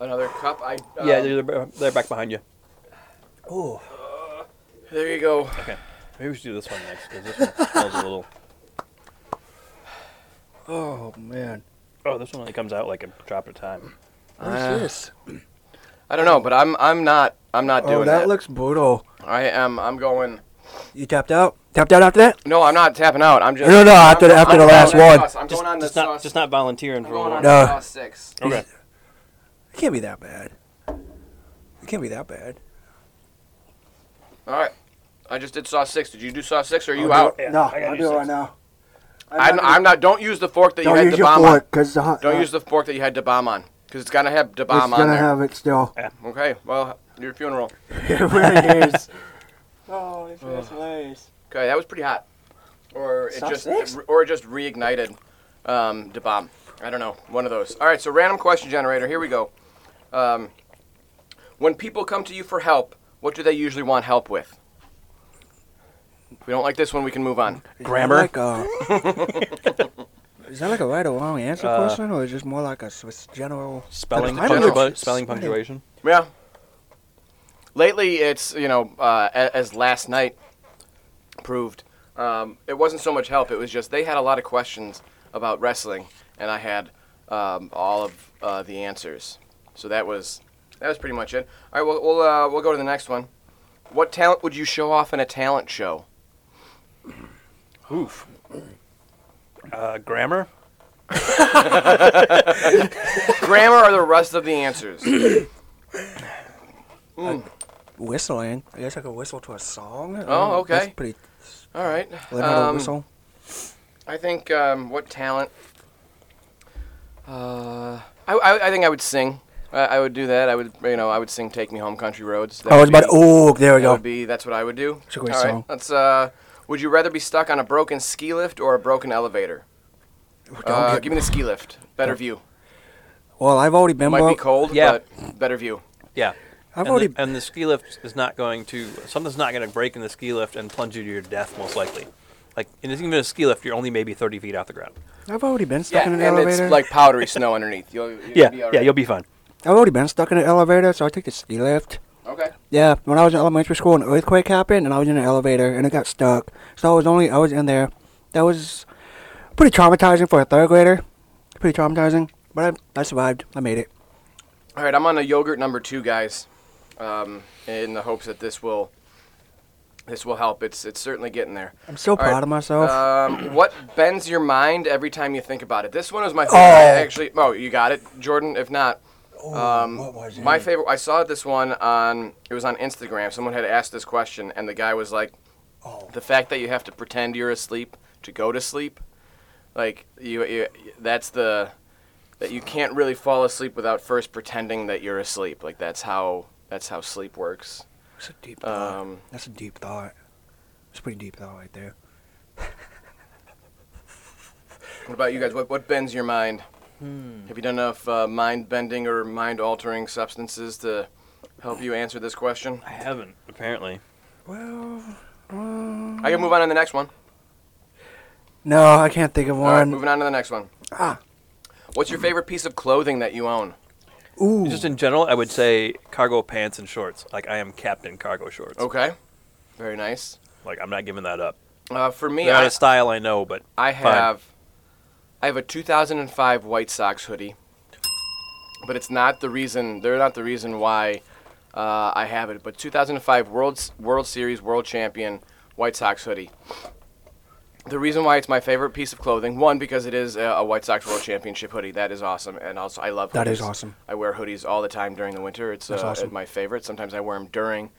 Speaker 1: another cup. I um,
Speaker 3: yeah, they're, they're back behind you.
Speaker 2: Oh,
Speaker 1: There you go.
Speaker 3: Okay, maybe we should do this one next because this one smells a little.
Speaker 2: oh man,
Speaker 3: Oh, this one only comes out like a drop at a time.
Speaker 2: what is
Speaker 1: Uh,
Speaker 2: this?
Speaker 1: I don't know, but I'm I'm not I'm not
Speaker 2: Oh,
Speaker 1: doing
Speaker 2: that,
Speaker 1: that.
Speaker 2: looks brutal.
Speaker 1: I am. I'm going.
Speaker 2: You tapped out. Tapped out after that.
Speaker 1: No, I'm not tapping out. I'm just.
Speaker 2: No, no, after
Speaker 1: I'm
Speaker 2: the- after
Speaker 1: I'm
Speaker 2: the
Speaker 1: going
Speaker 2: last
Speaker 1: on that
Speaker 2: one.
Speaker 1: sauce. I'm
Speaker 3: just,
Speaker 1: going on the
Speaker 3: just not,
Speaker 1: sauce.
Speaker 3: just not
Speaker 1: I'm
Speaker 3: volunteering for a
Speaker 1: going on
Speaker 3: one.
Speaker 2: No.
Speaker 1: the sauce six.
Speaker 3: Okay.
Speaker 2: It can't be that bad. It can't be that bad.
Speaker 1: All right. I just did sauce six. Did you do sauce six? Or are you
Speaker 2: I'll
Speaker 1: out?
Speaker 2: do it-
Speaker 3: Yeah,
Speaker 2: no,
Speaker 3: I gotta
Speaker 2: I'll
Speaker 3: do
Speaker 2: do it right
Speaker 3: six.
Speaker 2: now.
Speaker 1: I'm,
Speaker 2: not
Speaker 1: I'm not. Don't use the fork that you
Speaker 2: gonna- don't
Speaker 1: had
Speaker 2: use
Speaker 1: the
Speaker 2: your
Speaker 1: bomb on.
Speaker 2: fork, cause the hot,
Speaker 1: Don't
Speaker 2: uh,
Speaker 1: use the fork that you had the bomb on, because it's gonna have the
Speaker 2: It's
Speaker 1: bomb on
Speaker 2: gonna
Speaker 1: there.
Speaker 2: have it still.
Speaker 1: okay. Well, your funeral.
Speaker 2: it really is. Oh, this is hilarious.
Speaker 1: Okay, that was pretty hot. Or it
Speaker 2: Sauce
Speaker 1: just,
Speaker 2: six?
Speaker 1: or it just reignited um, the bomb. I don't know. One of those. All right. So random question generator. Here we go. Um, when people come to you for help, what do they usually want help with? If we don't like this one, we can move on.
Speaker 3: Grammar.
Speaker 2: Like a, is that like a right or wrong answer
Speaker 3: Uh,
Speaker 2: question, or is it more like a s- s- general
Speaker 3: Spelling,
Speaker 2: I don't know.
Speaker 3: punctua- spelling,
Speaker 2: Spelling.
Speaker 3: punctuation.
Speaker 1: Yeah. Lately, it's you know uh, a- as last night proved, um, it wasn't so much help. It was just they had a lot of questions about wrestling, and I had um, all of uh, the answers. So that was that was pretty much it. All right, we'll we'll, uh, we'll go to the next one. What talent would you show off in a talent show?
Speaker 3: Oof. Uh, grammar.
Speaker 1: Grammar or the rest of the answers?
Speaker 2: Whistling. I guess I could whistle to a song. I don't
Speaker 1: Oh,
Speaker 2: know.
Speaker 1: okay.
Speaker 2: That's pretty.
Speaker 1: All right.
Speaker 2: Learn how to
Speaker 1: um,
Speaker 2: whistle.
Speaker 1: I think um, what talent? Uh, I, I, I think I would sing. I, I would do that. I would you know I would sing "Take Me Home, Country Roads." That
Speaker 2: I was
Speaker 1: would
Speaker 2: about.
Speaker 1: be-
Speaker 2: Oh, there we
Speaker 1: that
Speaker 2: go.
Speaker 1: would be that's what I would do.
Speaker 2: It's a great
Speaker 1: All right,
Speaker 2: song.
Speaker 1: let's. Uh, would you rather be stuck on a broken ski lift or a broken elevator?
Speaker 2: Don't
Speaker 1: Uh,
Speaker 2: get-
Speaker 1: give me the ski lift. Better view.
Speaker 2: well, I've already
Speaker 1: It
Speaker 2: been.
Speaker 1: might
Speaker 2: bro-
Speaker 1: be cold,
Speaker 3: yeah.
Speaker 1: but better view.
Speaker 3: Yeah.
Speaker 2: I've
Speaker 3: and,
Speaker 2: already.
Speaker 3: the, and the ski lift is not going to something's not going to break in the ski lift and plunge you to your death most likely. Like and it's even a ski lift, you're only maybe 30 feet off the ground.
Speaker 2: I've already been stuck in an
Speaker 1: and
Speaker 2: elevator.
Speaker 1: it's like powdery snow underneath. You'll, you'll
Speaker 3: Yeah,
Speaker 1: Be all
Speaker 3: yeah,
Speaker 1: right.
Speaker 3: you'll be fine.
Speaker 2: I've already been stuck in an elevator, so I take the ski lift.
Speaker 1: Okay.
Speaker 2: Yeah, when I was in elementary school, an earthquake happened, and I was in an elevator, and it got stuck. So I was only I was in there. That was pretty traumatizing for a third grader. Pretty traumatizing, but I, I survived. I made it.
Speaker 1: All right, I'm on a yogurt number two, guys, um, in the hopes that this will this will help. It's it's certainly getting there.
Speaker 2: I'm so proud of myself.
Speaker 1: Um, what bends your mind every time you think about it? This one was my favorite.
Speaker 2: Oh.
Speaker 1: I actually, oh, you got it, Jordan. If not, um,
Speaker 2: what was
Speaker 1: my
Speaker 2: it?
Speaker 1: favorite. I saw this one on. It was on Instagram. Someone had asked this question, and the guy was like,
Speaker 2: Oh.
Speaker 1: "The fact that you have to pretend you're asleep to go to sleep, like you, you that's the that you can't really fall asleep without first pretending that you're asleep. Like that's how that's how sleep works."
Speaker 2: That's a deep thought.
Speaker 1: Um,
Speaker 2: That's a deep thought. That's a pretty deep thought right there.
Speaker 1: What about you guys? What, what bends your mind? Have you done enough uh, mind bending or mind altering substances to help you answer this question?
Speaker 3: I haven't apparently.
Speaker 2: Well, uh,
Speaker 1: I can move on to the next one.
Speaker 2: no, I can't think of
Speaker 1: All right,
Speaker 2: one.
Speaker 1: moving on to the next one.
Speaker 2: Ah.
Speaker 1: What's your favorite piece of clothing that you own?
Speaker 2: Ooh,
Speaker 3: Just in general, I would say cargo pants and shorts. Like I am captain cargo shorts.
Speaker 1: Okay. Very nice.
Speaker 3: Like I'm not giving that up.
Speaker 1: Uh, for me,
Speaker 3: They're out
Speaker 1: I,
Speaker 3: of style, I know, but
Speaker 1: I
Speaker 3: fine.
Speaker 1: have I have a 2005 White Sox hoodie, but it's not the reason. They're not the reason why uh, I have it. But 2005 World S- World Series World Champion White Sox hoodie. The reason why it's my favorite piece of clothing, one because it is a, a White Sox World Championship hoodie. That is awesome, and also I love.
Speaker 2: That is
Speaker 1: hoodies.
Speaker 2: awesome.
Speaker 1: I wear hoodies all the time during the winter. It's uh,
Speaker 2: awesome.
Speaker 1: my favorite. Sometimes I wear them during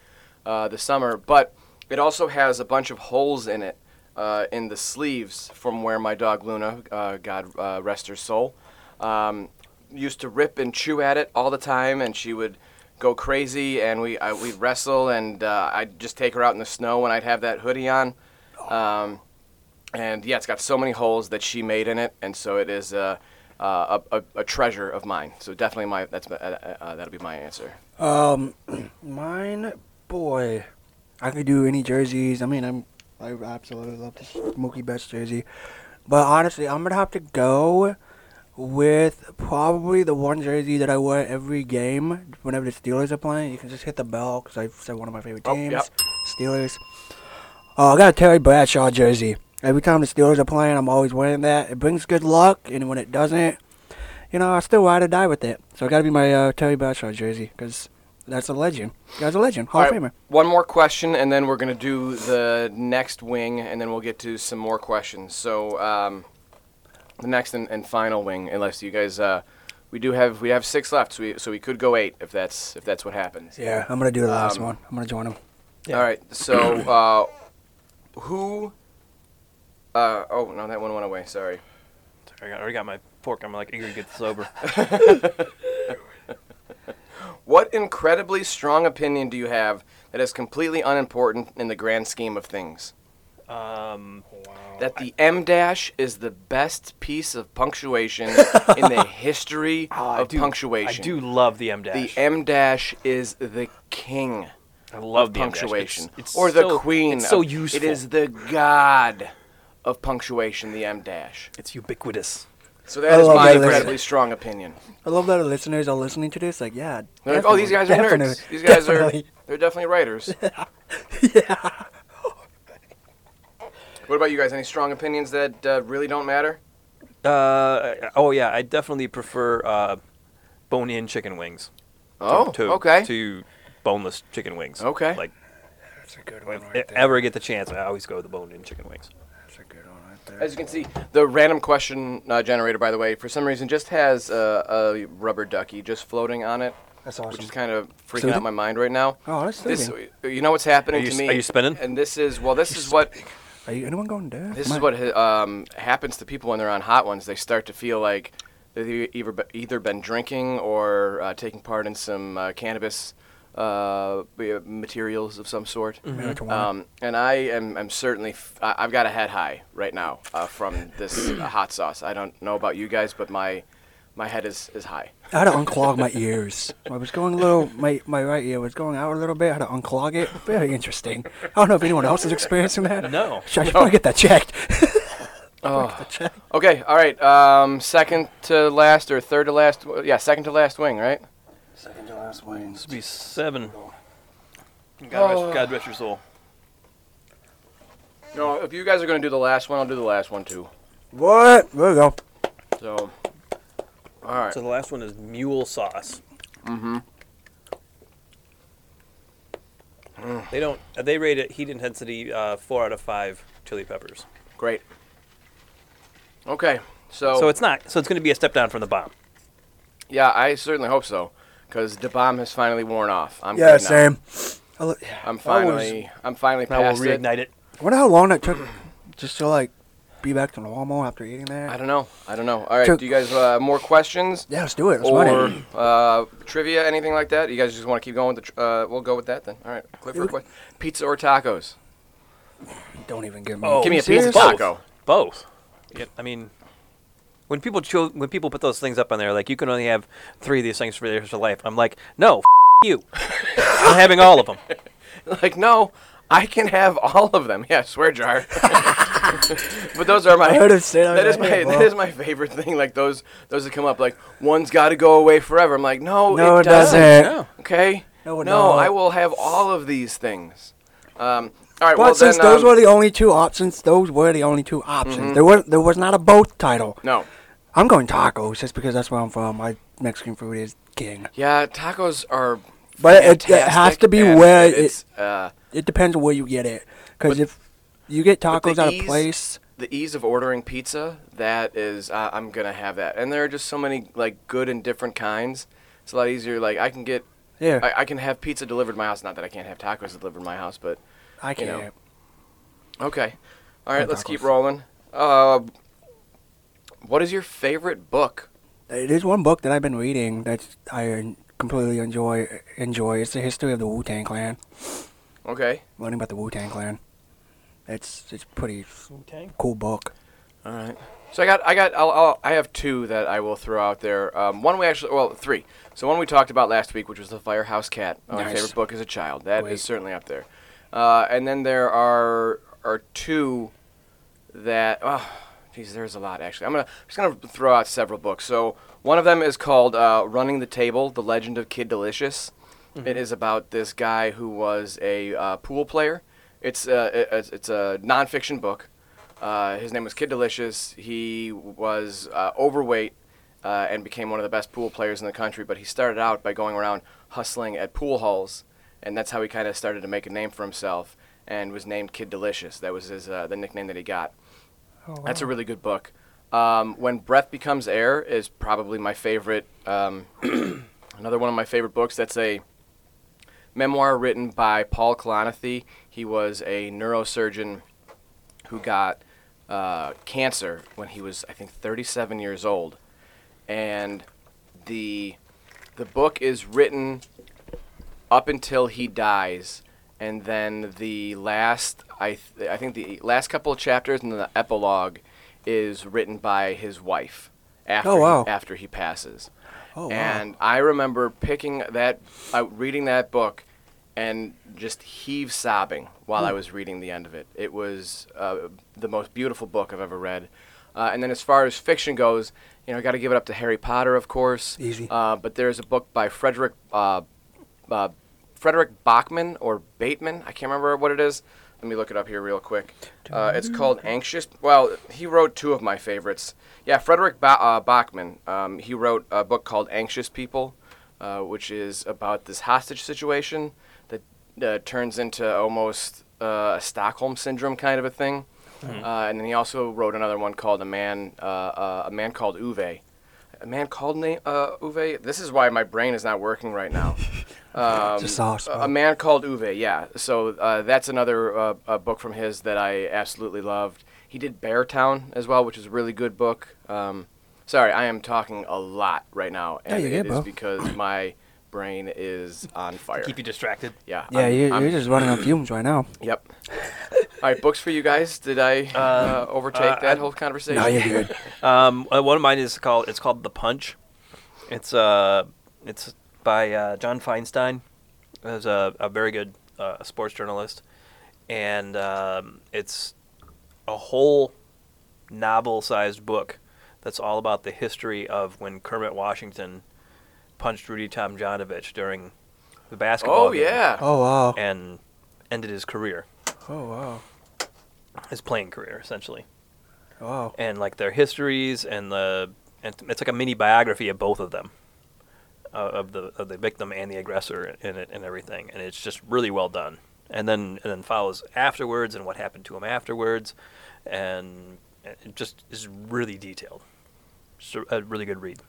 Speaker 1: uh, the summer, but It also has a bunch of holes in it uh, in the sleeves from where my dog Luna, uh, God uh, rest her soul, um, used to rip and chew at it all the time, and she would go crazy, and we I, we'd wrestle, and uh, I'd just take her out in the snow, and I'd have that hoodie on. Um, and yeah, it's got so many holes that she made in it, and so it is a, uh, a, a, a treasure of mine. So definitely my that's my, uh, uh, that'll be my answer.
Speaker 2: Um, Mine, boy, I could do any jerseys. I mean, I'm I absolutely love this Mookie Betts jersey, but honestly, I'm gonna have to go with probably the one jersey that I wear every game whenever the Steelers are playing. You can just hit the bell because I said one of my favorite
Speaker 1: Oh,
Speaker 2: teams,
Speaker 1: yep.
Speaker 2: Steelers. Oh, I got a Terry Bradshaw jersey. Every time the Steelers are playing, I'm always wearing that. It brings good luck, and when it doesn't, you know, I still ride or die with it. So it got to be my uh, Terry Bradshaw jersey because that's a legend. Guy's a legend, Hall
Speaker 1: All
Speaker 2: of Famer.
Speaker 1: right, one more question, and then we're gonna do the next wing, and then we'll get to some more questions. So um, the next and, and final wing, unless you guys, uh, we do have we have six left, so we so we could go eight if that's if that's what happens.
Speaker 2: Yeah, I'm gonna do the last
Speaker 1: Um,
Speaker 2: one. I'm gonna join him.
Speaker 3: Yeah.
Speaker 1: All right. So, uh, who? Uh, oh no, that one went away. Sorry.
Speaker 3: I got- I already got my pork. I'm like eager to get this over.
Speaker 1: What incredibly strong opinion do you have that is completely unimportant in the grand scheme of things?
Speaker 3: Um,
Speaker 1: That the M dash is the best piece of punctuation in the history
Speaker 3: Oh, Ah, I
Speaker 1: of
Speaker 3: do,
Speaker 1: punctuation.
Speaker 3: I do love the M
Speaker 1: The
Speaker 3: dash.
Speaker 1: M dash is the king
Speaker 3: I love
Speaker 1: of
Speaker 3: the M dash. It's-
Speaker 1: punctuation,
Speaker 3: it's
Speaker 1: or the
Speaker 3: so-
Speaker 1: queen.
Speaker 3: It's so
Speaker 1: of-
Speaker 3: useful.
Speaker 1: It is the god of punctuation. The M dash.
Speaker 3: It's ubiquitous.
Speaker 1: So that
Speaker 2: I
Speaker 1: is
Speaker 2: love
Speaker 1: my
Speaker 2: that list.
Speaker 1: incredibly strong opinion.
Speaker 2: I love that our listeners are listening to this. Like, yeah.
Speaker 1: They're like, oh, these guys are
Speaker 2: definitely,
Speaker 1: nerds. These guys
Speaker 2: definitely."
Speaker 1: are they're definitely writers. yeah. What about you guys? Any strong opinions that uh, really don't matter?
Speaker 3: Uh, oh yeah, I definitely prefer uh, bone-in chicken wings. to-
Speaker 1: Oh,
Speaker 3: to,
Speaker 1: okay.
Speaker 3: To boneless chicken wings.
Speaker 1: Okay.
Speaker 3: Like
Speaker 2: That's a good
Speaker 3: if
Speaker 2: one
Speaker 3: I
Speaker 2: right there.
Speaker 3: ever get the chance, I always go with the bone-in chicken wings.
Speaker 2: That's a good one right there.
Speaker 1: As you can see, the random question uh, generator, by the way, for some reason just has uh, a rubber ducky just floating on it,
Speaker 2: That's
Speaker 1: which
Speaker 2: awesome.
Speaker 1: is kind of freaking out
Speaker 2: Soothing?
Speaker 1: my mind right now.
Speaker 2: Oh, that's
Speaker 1: this,
Speaker 2: soothing.
Speaker 1: you know what's happening
Speaker 3: Are you
Speaker 1: to
Speaker 3: s-
Speaker 1: me?
Speaker 3: are you spinning?
Speaker 1: And this is well, this is what
Speaker 2: Are you anyone going there?
Speaker 1: This
Speaker 2: My-
Speaker 1: is what ha- um, happens to people when they're on hot ones. They start to feel like they've e-, either, either been drinking or uh, taking part in some uh, cannabis uh, b- materials of some sort.
Speaker 2: Marijuana.
Speaker 1: Um, and I am am certainly, f- I- I've got a head high right now uh, from this uh, hot sauce. I don't know about you guys, but my my head is, is high.
Speaker 2: I had to unclog my ears. I was going a little, my, my right ear was going out a little bit. I had to unclog it. Very interesting. I don't know if anyone else is experiencing that.
Speaker 3: No.
Speaker 2: Should I should probably get that checked. oh. check.
Speaker 1: Okay, all right. Um, second to last or third to last? Yeah, second to last wing, right?
Speaker 2: Second to last wings.
Speaker 3: This would be seven. God,
Speaker 1: Oh.
Speaker 3: rest, God rest your soul.
Speaker 1: No, if you guys are going to do the last one, I'll do the last one too.
Speaker 2: What? There we go.
Speaker 1: So, all right.
Speaker 3: So the last one is mule sauce. Mm-hmm. They don't. uh, They rate it heat intensity uh, four out of five chili peppers.
Speaker 1: Great. Okay, so,
Speaker 3: So it's not. So it's going to be a step down from the bomb.
Speaker 1: yeah, I certainly hope so, because the bomb has finally worn off. I'm
Speaker 2: Yeah,
Speaker 1: good now.
Speaker 2: same. I lo- I
Speaker 1: I'm
Speaker 2: was-
Speaker 1: finally, I'm finally
Speaker 3: Now we'll
Speaker 1: past it.
Speaker 3: reignite it.
Speaker 2: I wonder how long that took just to, like, be back to normal after eating that.
Speaker 1: I don't know. I don't know. All right,
Speaker 2: Took-
Speaker 1: do you guys uh, more questions
Speaker 2: Yeah, let's do it. Let's run
Speaker 1: or
Speaker 2: it.
Speaker 1: uh, trivia, anything like that? You guys just want to keep going with the? Tr- uh, we'll go with that then. All right, Clifford,
Speaker 2: Dude.
Speaker 1: que- pizza or tacos?
Speaker 2: Don't even give me.
Speaker 3: Oh,
Speaker 1: Give me a
Speaker 2: serious?
Speaker 1: pizza taco.
Speaker 3: Both. Yeah, I mean, when people cho- when people put those things up on there, like you can only have three of these things for the rest of your life. I'm like, no, f- you. I'm having all of them.
Speaker 1: like, no, I can have all of them. Yeah, swear jar. but those are my.
Speaker 2: I heard him say that.
Speaker 1: that is
Speaker 2: I
Speaker 1: my
Speaker 2: was like,
Speaker 1: that
Speaker 2: "Whoa."
Speaker 1: is my favorite thing. Like those those that come up. Like one's got to go away forever. I'm like, no,
Speaker 2: No,
Speaker 1: it
Speaker 2: it doesn't.
Speaker 3: No.
Speaker 1: Okay.
Speaker 2: No, it don't.
Speaker 1: I will have all of these things. Um. All right.
Speaker 2: But
Speaker 1: well,
Speaker 2: since
Speaker 1: then, um,
Speaker 2: those
Speaker 1: Mm-hmm.
Speaker 2: were the only two options, those were the only two options. There was there was not a both title.
Speaker 1: no.
Speaker 2: I'm going tacos just because that's where I'm from. My Mexican food is king.
Speaker 1: Yeah, tacos are.
Speaker 2: But it- it has
Speaker 1: fantastic,
Speaker 2: to be
Speaker 1: and
Speaker 2: where it-
Speaker 1: it's uh,
Speaker 2: It depends on where you get it, because if you get
Speaker 1: But the
Speaker 2: tacos at
Speaker 1: ease-
Speaker 2: a place,
Speaker 1: the ease of ordering pizza that is uh, i'm gonna have that and there are just so many like good and different kinds it's a lot easier like i can get
Speaker 2: Yeah.
Speaker 1: i, I can have pizza delivered to my house not that i can't have tacos delivered to my house but
Speaker 2: I
Speaker 1: You
Speaker 2: can't.
Speaker 1: know. Okay. All right,
Speaker 2: Thank
Speaker 1: let's keep rolling.
Speaker 2: Knuckles.
Speaker 1: Uh, what is your favorite book?
Speaker 2: There's one book that I've been reading that I completely enjoy. Enjoy. It's the history of the Wu Tang Clan.
Speaker 1: Okay.
Speaker 2: Learning about the Wu Tang Clan. It's it's pretty
Speaker 3: Wu-Tang?
Speaker 2: cool book.
Speaker 1: All right. So I got, I got, I'll, I'll, I have two that I will throw out there. Um, one we actually, well, three. So one we talked about last week, which was the Firehouse Cat. uh, My
Speaker 2: Nice.
Speaker 1: favorite book as a child. That is
Speaker 2: Great.
Speaker 1: certainly up there. Uh, and then there are are two that, oh, geez, there's a lot actually. I'm gonna I'm just gonna throw out several books. So one of them is called uh, Running the Table: The Legend of Kid Delicious. It is about this guy who was a uh, pool player. It's a, it's it's a nonfiction book. Uh, his name was Kid Delicious. He was uh, overweight uh, and became one of the best pool players in the country. But he started out by going around hustling at pool halls, and that's how he kind of started to make a name for himself. And was named Kid Delicious. That was his uh, the nickname that he got. That's a really good book. Um, when Breath Becomes Air is probably my favorite. Um, another one of my favorite books. That's a memoir written by Paul Kalanithi. He was a neurosurgeon who got uh, cancer when he was, I think, 37 years old, and the the book is written up until he dies, and then the last I th- I think the last couple of chapters and the epilogue is written by his wife after
Speaker 2: Oh, wow.
Speaker 1: after he passes.
Speaker 2: Oh, wow.
Speaker 1: and I remember picking that, uh, reading that book, and just heave sobbing while
Speaker 2: Hmm.
Speaker 1: I was reading the end of it. It was uh, the most beautiful book I've ever read. Uh, and then as far as fiction goes, you know, I got to give it up to Harry Potter, of course.
Speaker 2: Easy.
Speaker 1: Uh, but there's a book by Frederick uh, uh, Frederick Bachman or Bateman. I can't remember what it is. Let me look it up here real quick. Uh, it's called Anxious. Well, he wrote two of my favorites. Yeah, Frederick ba- uh, Bachman. Um, he wrote a book called Anxious People, uh, which is about this hostage situation that uh, turns into almost uh, a Stockholm syndrome kind of a thing. Uh, and then he also wrote another one called A Man, uh, uh, a man called Uwe. A man called na- uh, Uwe. This is why my brain is not working right now. Um,
Speaker 2: Just sauce,
Speaker 1: a-
Speaker 2: bro.
Speaker 1: a man called Uwe. Yeah. So uh, that's another uh, a book from his that I absolutely loved. He did Bear Town as well, which is a really good book. Um, sorry, I am talking a lot right now,
Speaker 2: Yeah,
Speaker 1: and
Speaker 2: you're
Speaker 1: it
Speaker 2: good,
Speaker 1: is
Speaker 2: bro.
Speaker 1: because my brain is on fire.
Speaker 3: Keep you distracted.
Speaker 1: yeah.
Speaker 2: yeah,
Speaker 1: I'm-
Speaker 2: you're,
Speaker 1: I'm-
Speaker 2: you're just running on fumes right now.
Speaker 1: Yep. All right, books for you guys. Did I uh, overtake
Speaker 3: Um, uh,
Speaker 1: that
Speaker 3: I-
Speaker 1: whole conversation?
Speaker 2: No, you're good.
Speaker 3: Um, uh, one of mine is called. It's called The Punch. It's uh, it's by uh, John Feinstein. Who's a, a very good uh, sports journalist, and um, it's a whole novel-sized book that's all about the history of when Kermit Washington punched Rudy Tomjanovich during the basketball.
Speaker 1: Oh
Speaker 3: game
Speaker 1: yeah.
Speaker 2: Oh wow.
Speaker 3: and ended his career,
Speaker 2: Oh wow.
Speaker 3: his playing career essentially.
Speaker 2: Wow.
Speaker 3: and like their histories and the and it's like a mini biography of both of them uh, of the of the victim and the aggressor in it and everything and it's just really well done and then and then follows afterwards and what happened to him afterwards and it just is really detailed It's a- a really good read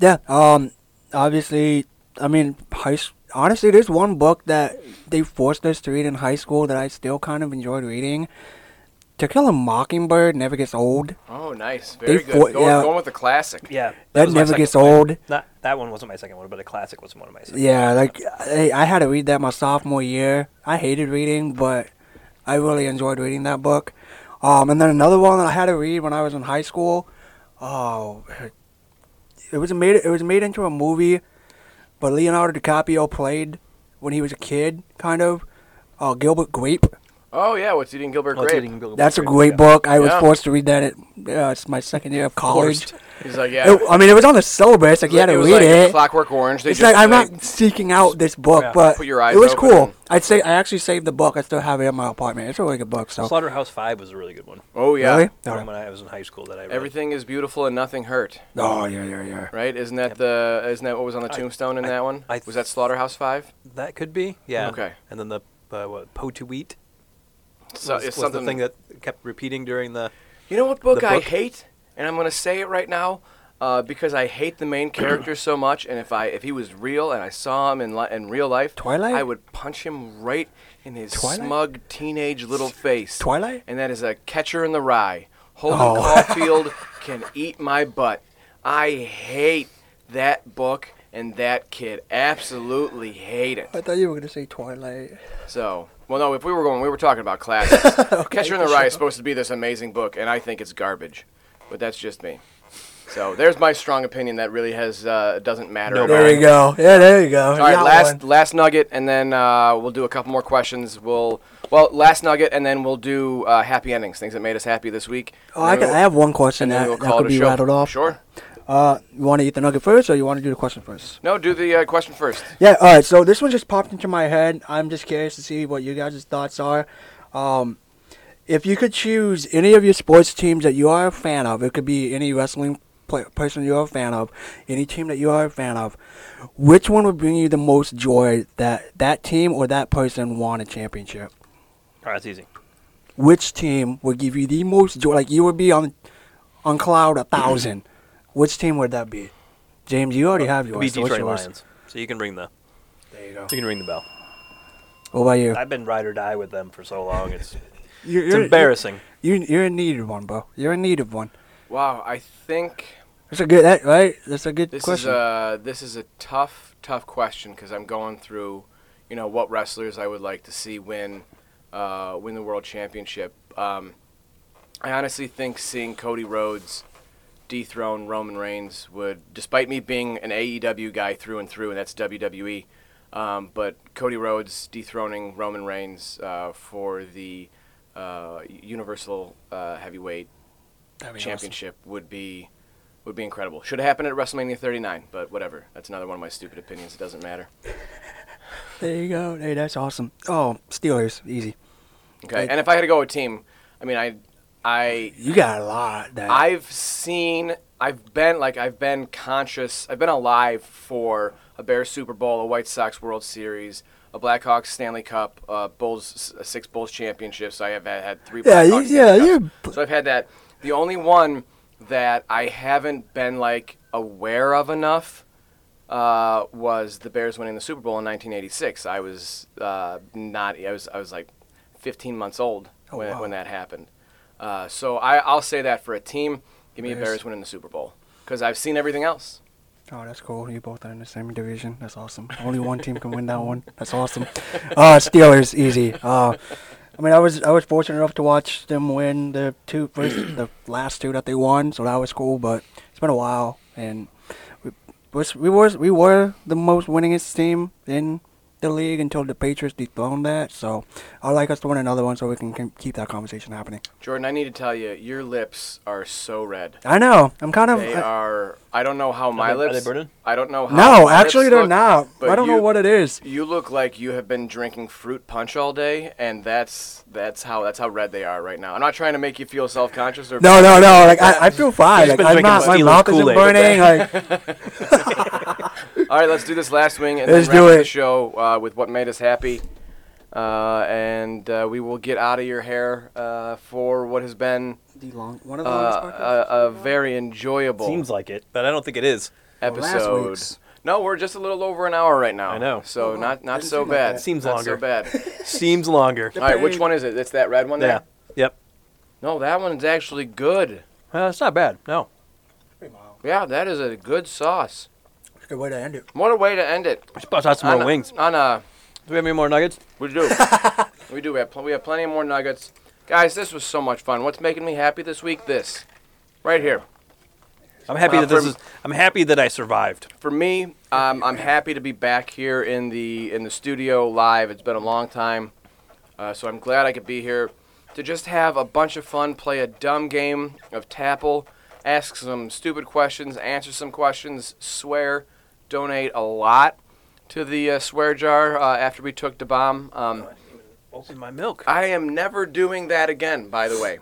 Speaker 2: Yeah. Um. Obviously, I mean, high. s- Honestly, there's one book that they forced us to read in high school that I still kind of enjoyed reading. To Kill a Mockingbird never gets old.
Speaker 1: Oh, nice. Very good.
Speaker 2: fought-
Speaker 1: going,
Speaker 2: yeah.
Speaker 1: going with the classic.
Speaker 3: yeah
Speaker 2: That never gets old.
Speaker 3: not that one wasn't my second one but a classic was one of my second
Speaker 2: Yeah, like I, I had to read that my sophomore year. I hated reading, but I really enjoyed reading that book. Um, and then another one that I had to read when I was in high school. Oh, it was made. It was made into a movie, but Leonardo DiCaprio played when he was a kid, kind of. Uh, Gilbert Grape.
Speaker 1: Oh yeah, what's eating Gilbert
Speaker 3: Well, it's
Speaker 1: Grape?
Speaker 3: Reading Gilbert
Speaker 2: That's a
Speaker 3: Grape,
Speaker 2: great
Speaker 3: yeah.
Speaker 2: book. I was
Speaker 1: Yeah.
Speaker 2: forced to read that at uh, it's my second year of college.
Speaker 3: Forced.
Speaker 1: He's like, yeah.
Speaker 2: It, I mean, it was on the syllabus. Like you had to
Speaker 1: it was
Speaker 2: read
Speaker 1: like
Speaker 2: it.
Speaker 1: Clockwork Orange. They
Speaker 2: it's
Speaker 1: just,
Speaker 2: like I'm
Speaker 1: like-
Speaker 2: not seeking out this book,
Speaker 3: Yeah.
Speaker 2: but
Speaker 1: Put your eyes
Speaker 2: it was
Speaker 1: open
Speaker 2: cool.
Speaker 1: and-
Speaker 2: I'd say I actually saved the book. I still have it in my apartment. It's a really good book. So
Speaker 3: slaughterhouse five was a really good one
Speaker 1: Oh yeah.
Speaker 2: Really?
Speaker 3: The
Speaker 2: Okay.
Speaker 3: one when i was in high school that i read.
Speaker 1: Everything is beautiful and nothing hurt.
Speaker 2: Oh yeah, yeah, yeah.
Speaker 1: Right? Isn't that the? Isn't that what was on the
Speaker 3: I-
Speaker 1: tombstone in
Speaker 3: I-
Speaker 1: that one?
Speaker 3: I-
Speaker 1: was that Slaughterhouse Five?
Speaker 3: that could be yeah
Speaker 1: Okay.
Speaker 3: and then the uh, what, po to wheat
Speaker 1: So
Speaker 3: was,
Speaker 1: it's
Speaker 3: was
Speaker 1: something
Speaker 3: the thing that kept repeating during the.
Speaker 1: You know what book,
Speaker 3: The
Speaker 1: I
Speaker 3: book?
Speaker 1: hate? And I'm going to say it right now. uh, because I hate the main character so much. And if I if he was real and I saw him in li- in real life,
Speaker 2: Twilight?
Speaker 1: I would punch him right in his
Speaker 2: Twilight?
Speaker 1: smug teenage little face.
Speaker 2: Twilight?
Speaker 1: And that is a catcher in the rye. Holden
Speaker 2: Oh.
Speaker 1: Caulfield can eat my butt. I hate that book and that kid. Absolutely hate it.
Speaker 2: I thought you were gonna say Twilight.
Speaker 1: So, well, no, if we were going, we were talking about classics. Catcher in the
Speaker 2: for
Speaker 1: Rye
Speaker 2: sure.
Speaker 1: is supposed to be this amazing book, and I think it's garbage, but that's just me. So there's my strong opinion that really has uh, doesn't matter.
Speaker 3: No
Speaker 1: at
Speaker 2: There
Speaker 1: all.
Speaker 2: you go. Yeah, there you go.
Speaker 1: All right,
Speaker 2: Got
Speaker 1: last
Speaker 2: one.
Speaker 1: last nugget, and then uh, we'll do a couple more questions. We'll well, last nugget, and then we'll do uh, happy endings, things that made us happy this week.
Speaker 2: Oh, I,
Speaker 1: And
Speaker 2: can,
Speaker 1: then
Speaker 2: I
Speaker 1: we'll-
Speaker 2: have one question
Speaker 1: and then
Speaker 2: that,
Speaker 1: we'll
Speaker 2: that
Speaker 1: call
Speaker 2: could
Speaker 1: it a
Speaker 2: be
Speaker 1: show.
Speaker 2: rattled off.
Speaker 1: Sure.
Speaker 2: Uh, you want to eat the nugget first, or you want to do the question first?
Speaker 1: No, do the uh, question first.
Speaker 2: Yeah. All right. So this one just popped into my head. I'm just curious to see what you guys' thoughts are. Um, if you could choose any of your sports teams that you are a fan of, it could be any wrestling play- person you are a fan of, any team that you are a fan of. Which one would bring you the most joy that that team or that person won a championship?
Speaker 3: All right, that's easy.
Speaker 2: Which team would give you the most joy? Like you would be on on cloud a thousand. Which team would that be? James, you already have
Speaker 3: Uh, It'd
Speaker 2: yours.
Speaker 3: be
Speaker 2: so what's
Speaker 3: Detroit
Speaker 2: yours?
Speaker 3: Lions. So you can ring the
Speaker 2: There you go.
Speaker 3: you can ring the bell.
Speaker 2: What about you?
Speaker 3: I've been ride or die with them for so long. It's
Speaker 2: You're,
Speaker 3: it's embarrassing.
Speaker 2: You you're in need of one, bro. You're in need of one.
Speaker 1: Wow, I think
Speaker 2: That's a good that right. That's a good
Speaker 1: This
Speaker 2: question.
Speaker 1: is uh, a this is a tough tough question because I'm going through, you know, what wrestlers I would like to see win, uh, win the world championship. Um, I honestly think seeing Cody Rhodes dethrone Roman Reigns would, despite me being an AEW guy through and through, and that's WWE, um, but Cody Rhodes dethroning Roman Reigns uh, for the uh, Universal uh, Heavyweight
Speaker 2: That'd be awesome.
Speaker 1: championship would be would be incredible. Should have happened at WrestleMania 39, but whatever. That's another one of my stupid opinions. It doesn't matter.
Speaker 2: There you go. Hey, that's awesome. Oh, Steelers, easy.
Speaker 1: Okay.
Speaker 2: Like-
Speaker 1: And if I had to go with team, I mean, I I
Speaker 2: You got a lot. That
Speaker 1: I've seen I've been like I've been conscious. I've been alive for a Bears Super Bowl, a White Sox World Series, a Blackhawks Stanley Cup, uh, Bulls s- six Bulls championships. I have had, had three.
Speaker 2: Yeah,
Speaker 1: Blackhawks
Speaker 2: you-
Speaker 1: Stanley
Speaker 2: yeah,
Speaker 1: Cups.
Speaker 2: you're-
Speaker 1: So I've had that. The only one that I haven't been like aware of enough uh, was the Bears winning the Super Bowl in 1986. I was uh, not. I was. I was like 15 months old
Speaker 2: Oh,
Speaker 1: when,
Speaker 2: wow.
Speaker 1: when that happened. Uh, so I, I'll say that for a team, give me
Speaker 2: Bears.
Speaker 1: a Bears winning the Super Bowl because I've seen everything else.
Speaker 2: Oh, that's cool. You both are in the same division. That's awesome. Only one team can win that one. That's awesome. Uh, Steelers, easy. Uh, I mean, I was I was fortunate enough to watch them win the two first, the last two that they won, so that was cool. But it's been a while, and we was we was we were the most winningest team in the league until the Patriots dethroned that. So I'd like us to win another one so we can can keep that conversation happening.
Speaker 1: Jordan, I need to tell you, your lips are so red.
Speaker 2: I know. I'm kind of.
Speaker 1: They
Speaker 2: Oh, I-
Speaker 1: are. I don't know how my
Speaker 3: they- are
Speaker 1: lips.
Speaker 3: they burning?
Speaker 1: I don't know how.
Speaker 2: no,
Speaker 1: my
Speaker 2: actually
Speaker 1: lips
Speaker 2: they're
Speaker 1: look,
Speaker 2: not.
Speaker 1: but
Speaker 2: I don't know
Speaker 1: you-
Speaker 2: what it is.
Speaker 1: You look like you have been drinking fruit punch all day, and that's that's how that's how red they are right now. I'm not trying to make you feel self-conscious or
Speaker 2: No, no, no. Like I, I feel fine.
Speaker 3: He's
Speaker 2: Like
Speaker 3: been
Speaker 2: I'm
Speaker 3: drinking
Speaker 2: not. My
Speaker 3: Steelers
Speaker 2: mouth isn't
Speaker 3: Kool-Aid.
Speaker 2: burning. Like
Speaker 1: All right, let's do this last swing and
Speaker 2: Let's
Speaker 1: then wrap
Speaker 2: do
Speaker 1: up
Speaker 2: it.
Speaker 1: the show uh, with what made us happy. Uh, and uh, we will get out of your hair uh, for what has been
Speaker 2: the long one of
Speaker 1: uh, a, a very enjoyable
Speaker 3: Seems like it, but I don't think it is.
Speaker 2: Well, last
Speaker 1: episode.
Speaker 2: week's-
Speaker 1: No, we're just a little over an hour right now.
Speaker 3: I know.
Speaker 1: So
Speaker 2: Oh, wow.
Speaker 1: not not
Speaker 2: Didn't
Speaker 1: so
Speaker 2: seem like
Speaker 1: bad.
Speaker 2: that.
Speaker 3: Seems
Speaker 1: not
Speaker 3: longer.
Speaker 1: so bad.
Speaker 3: Seems longer.
Speaker 1: All right, which
Speaker 2: Depends.
Speaker 1: one is it? It's that red one
Speaker 3: Yeah.
Speaker 1: there.
Speaker 3: Yep.
Speaker 1: No, that one's actually good.
Speaker 3: Well, it's not bad. No.
Speaker 1: Yeah, that is a good sauce.
Speaker 2: Good way to end it.
Speaker 1: What a way to end it.
Speaker 3: We should bust out some
Speaker 1: On
Speaker 3: more
Speaker 1: a-
Speaker 3: wings.
Speaker 1: On a
Speaker 3: Do we have any more nuggets?
Speaker 1: We do. we do. We have, pl- we have plenty of more nuggets. Guys, this was so much fun. What's making me happy this week? This. Right here.
Speaker 3: I'm happy
Speaker 1: Uh,
Speaker 3: that this
Speaker 1: for-
Speaker 3: is. I'm happy that I survived.
Speaker 1: For me, um, I'm happy to be back here in the in the studio live. It's been a long time, uh, so I'm glad I could be here to just have a bunch of fun, play a dumb game of Tapple, ask some stupid questions, answer some questions, swear, donate a lot to the uh, swear jar uh, after we took the bomb. Um,
Speaker 3: Open my milk.
Speaker 1: I am never doing that again, by the way.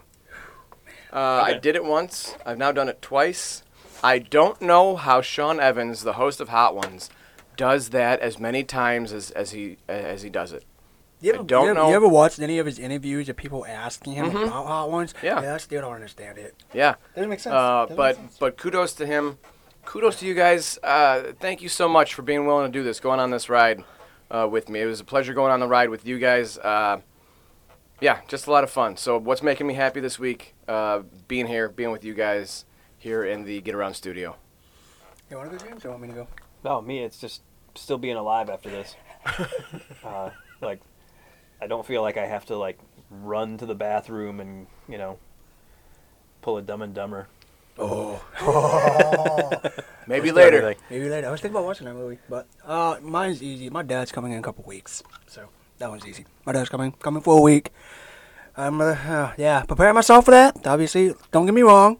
Speaker 1: Uh, I
Speaker 3: Okay.
Speaker 1: did it once. I've now done it twice. I don't know how Sean Evans, the host of Hot Ones, does that as many times as, as he as he does it.
Speaker 2: You
Speaker 1: I don't
Speaker 2: you ever,
Speaker 1: know.
Speaker 2: You ever watched any of his interviews of people asking him about hot ones?
Speaker 1: Yeah.
Speaker 2: I still don't understand it.
Speaker 1: Yeah.
Speaker 2: Doesn't make sense.
Speaker 1: Uh,
Speaker 2: Doesn't
Speaker 1: but
Speaker 2: make sense.
Speaker 1: but kudos to him. Kudos to you guys. Uh, thank you so much for being willing to do this, going on this ride uh, with me. It was a pleasure going on the ride with you guys. Uh, yeah, just a lot of fun. So what's making me happy this week? Uh, being here, being with you guys here in the Get Around Studio.
Speaker 2: You want to go, James? Or want me to go?
Speaker 3: No, Oh, me, it's just still being alive after this. uh, like, I don't feel like I have to like run to the bathroom and you know pull a Dumb and Dumber.
Speaker 1: Maybe
Speaker 3: Just
Speaker 1: later.
Speaker 3: everything.
Speaker 2: Maybe later. I was thinking about watching that movie, but uh, mine's easy. My dad's coming in a couple weeks, so that one's easy. My dad's coming, coming for a week. I'm uh, uh, yeah, preparing myself for that. Obviously, don't get me wrong.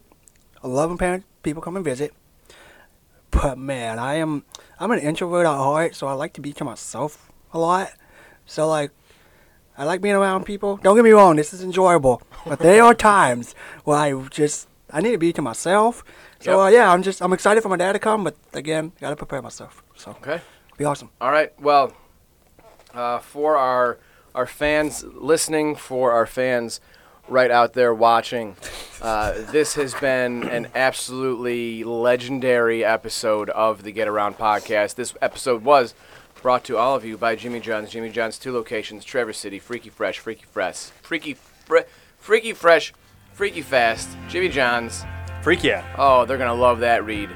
Speaker 2: I love when parents people come and visit, but man, I am I'm an introvert at heart, so I like to be to myself a lot. So like, I like being around people. Don't get me wrong, this is enjoyable, but there are times where I just I need to be to myself. So
Speaker 1: Yep.
Speaker 2: uh, yeah, I'm just I'm excited for my dad to come, but again, gotta prepare myself. So
Speaker 1: Okay.
Speaker 2: be awesome.
Speaker 1: All right. Well, uh, for our our fans listening, for our fans right out there watching, uh, this has been an absolutely legendary episode of the Get Around podcast. This episode was brought to all of you by Jimmy John's. Jimmy John's two locations: Trevor City, Freaky Fresh, Freaky Fresh, Freaky Fre- Freaky Fresh, Freaky Fast. Jimmy John's.
Speaker 3: Freak yeah.
Speaker 1: Oh, they're gonna love that read.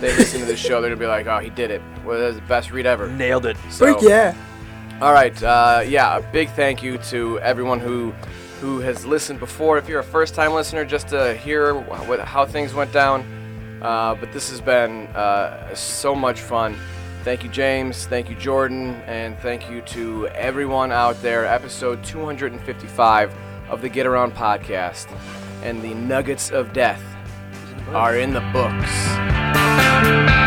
Speaker 1: They listen to this show, they're gonna be like, "Oh, he did it! Well, that's the best read ever."
Speaker 3: Nailed it.
Speaker 1: So-
Speaker 2: Freak yeah.
Speaker 1: all right. Uh, yeah. A big thank you to everyone who who has listened before. If you're a first-time listener, just to hear wh- what, how things went down. Uh, but this has been uh, so much fun. Thank you, James. Thank you, Jordan, and thank you to everyone out there. Episode 255 of the Get Around podcast, and the nuggets of death are in the books.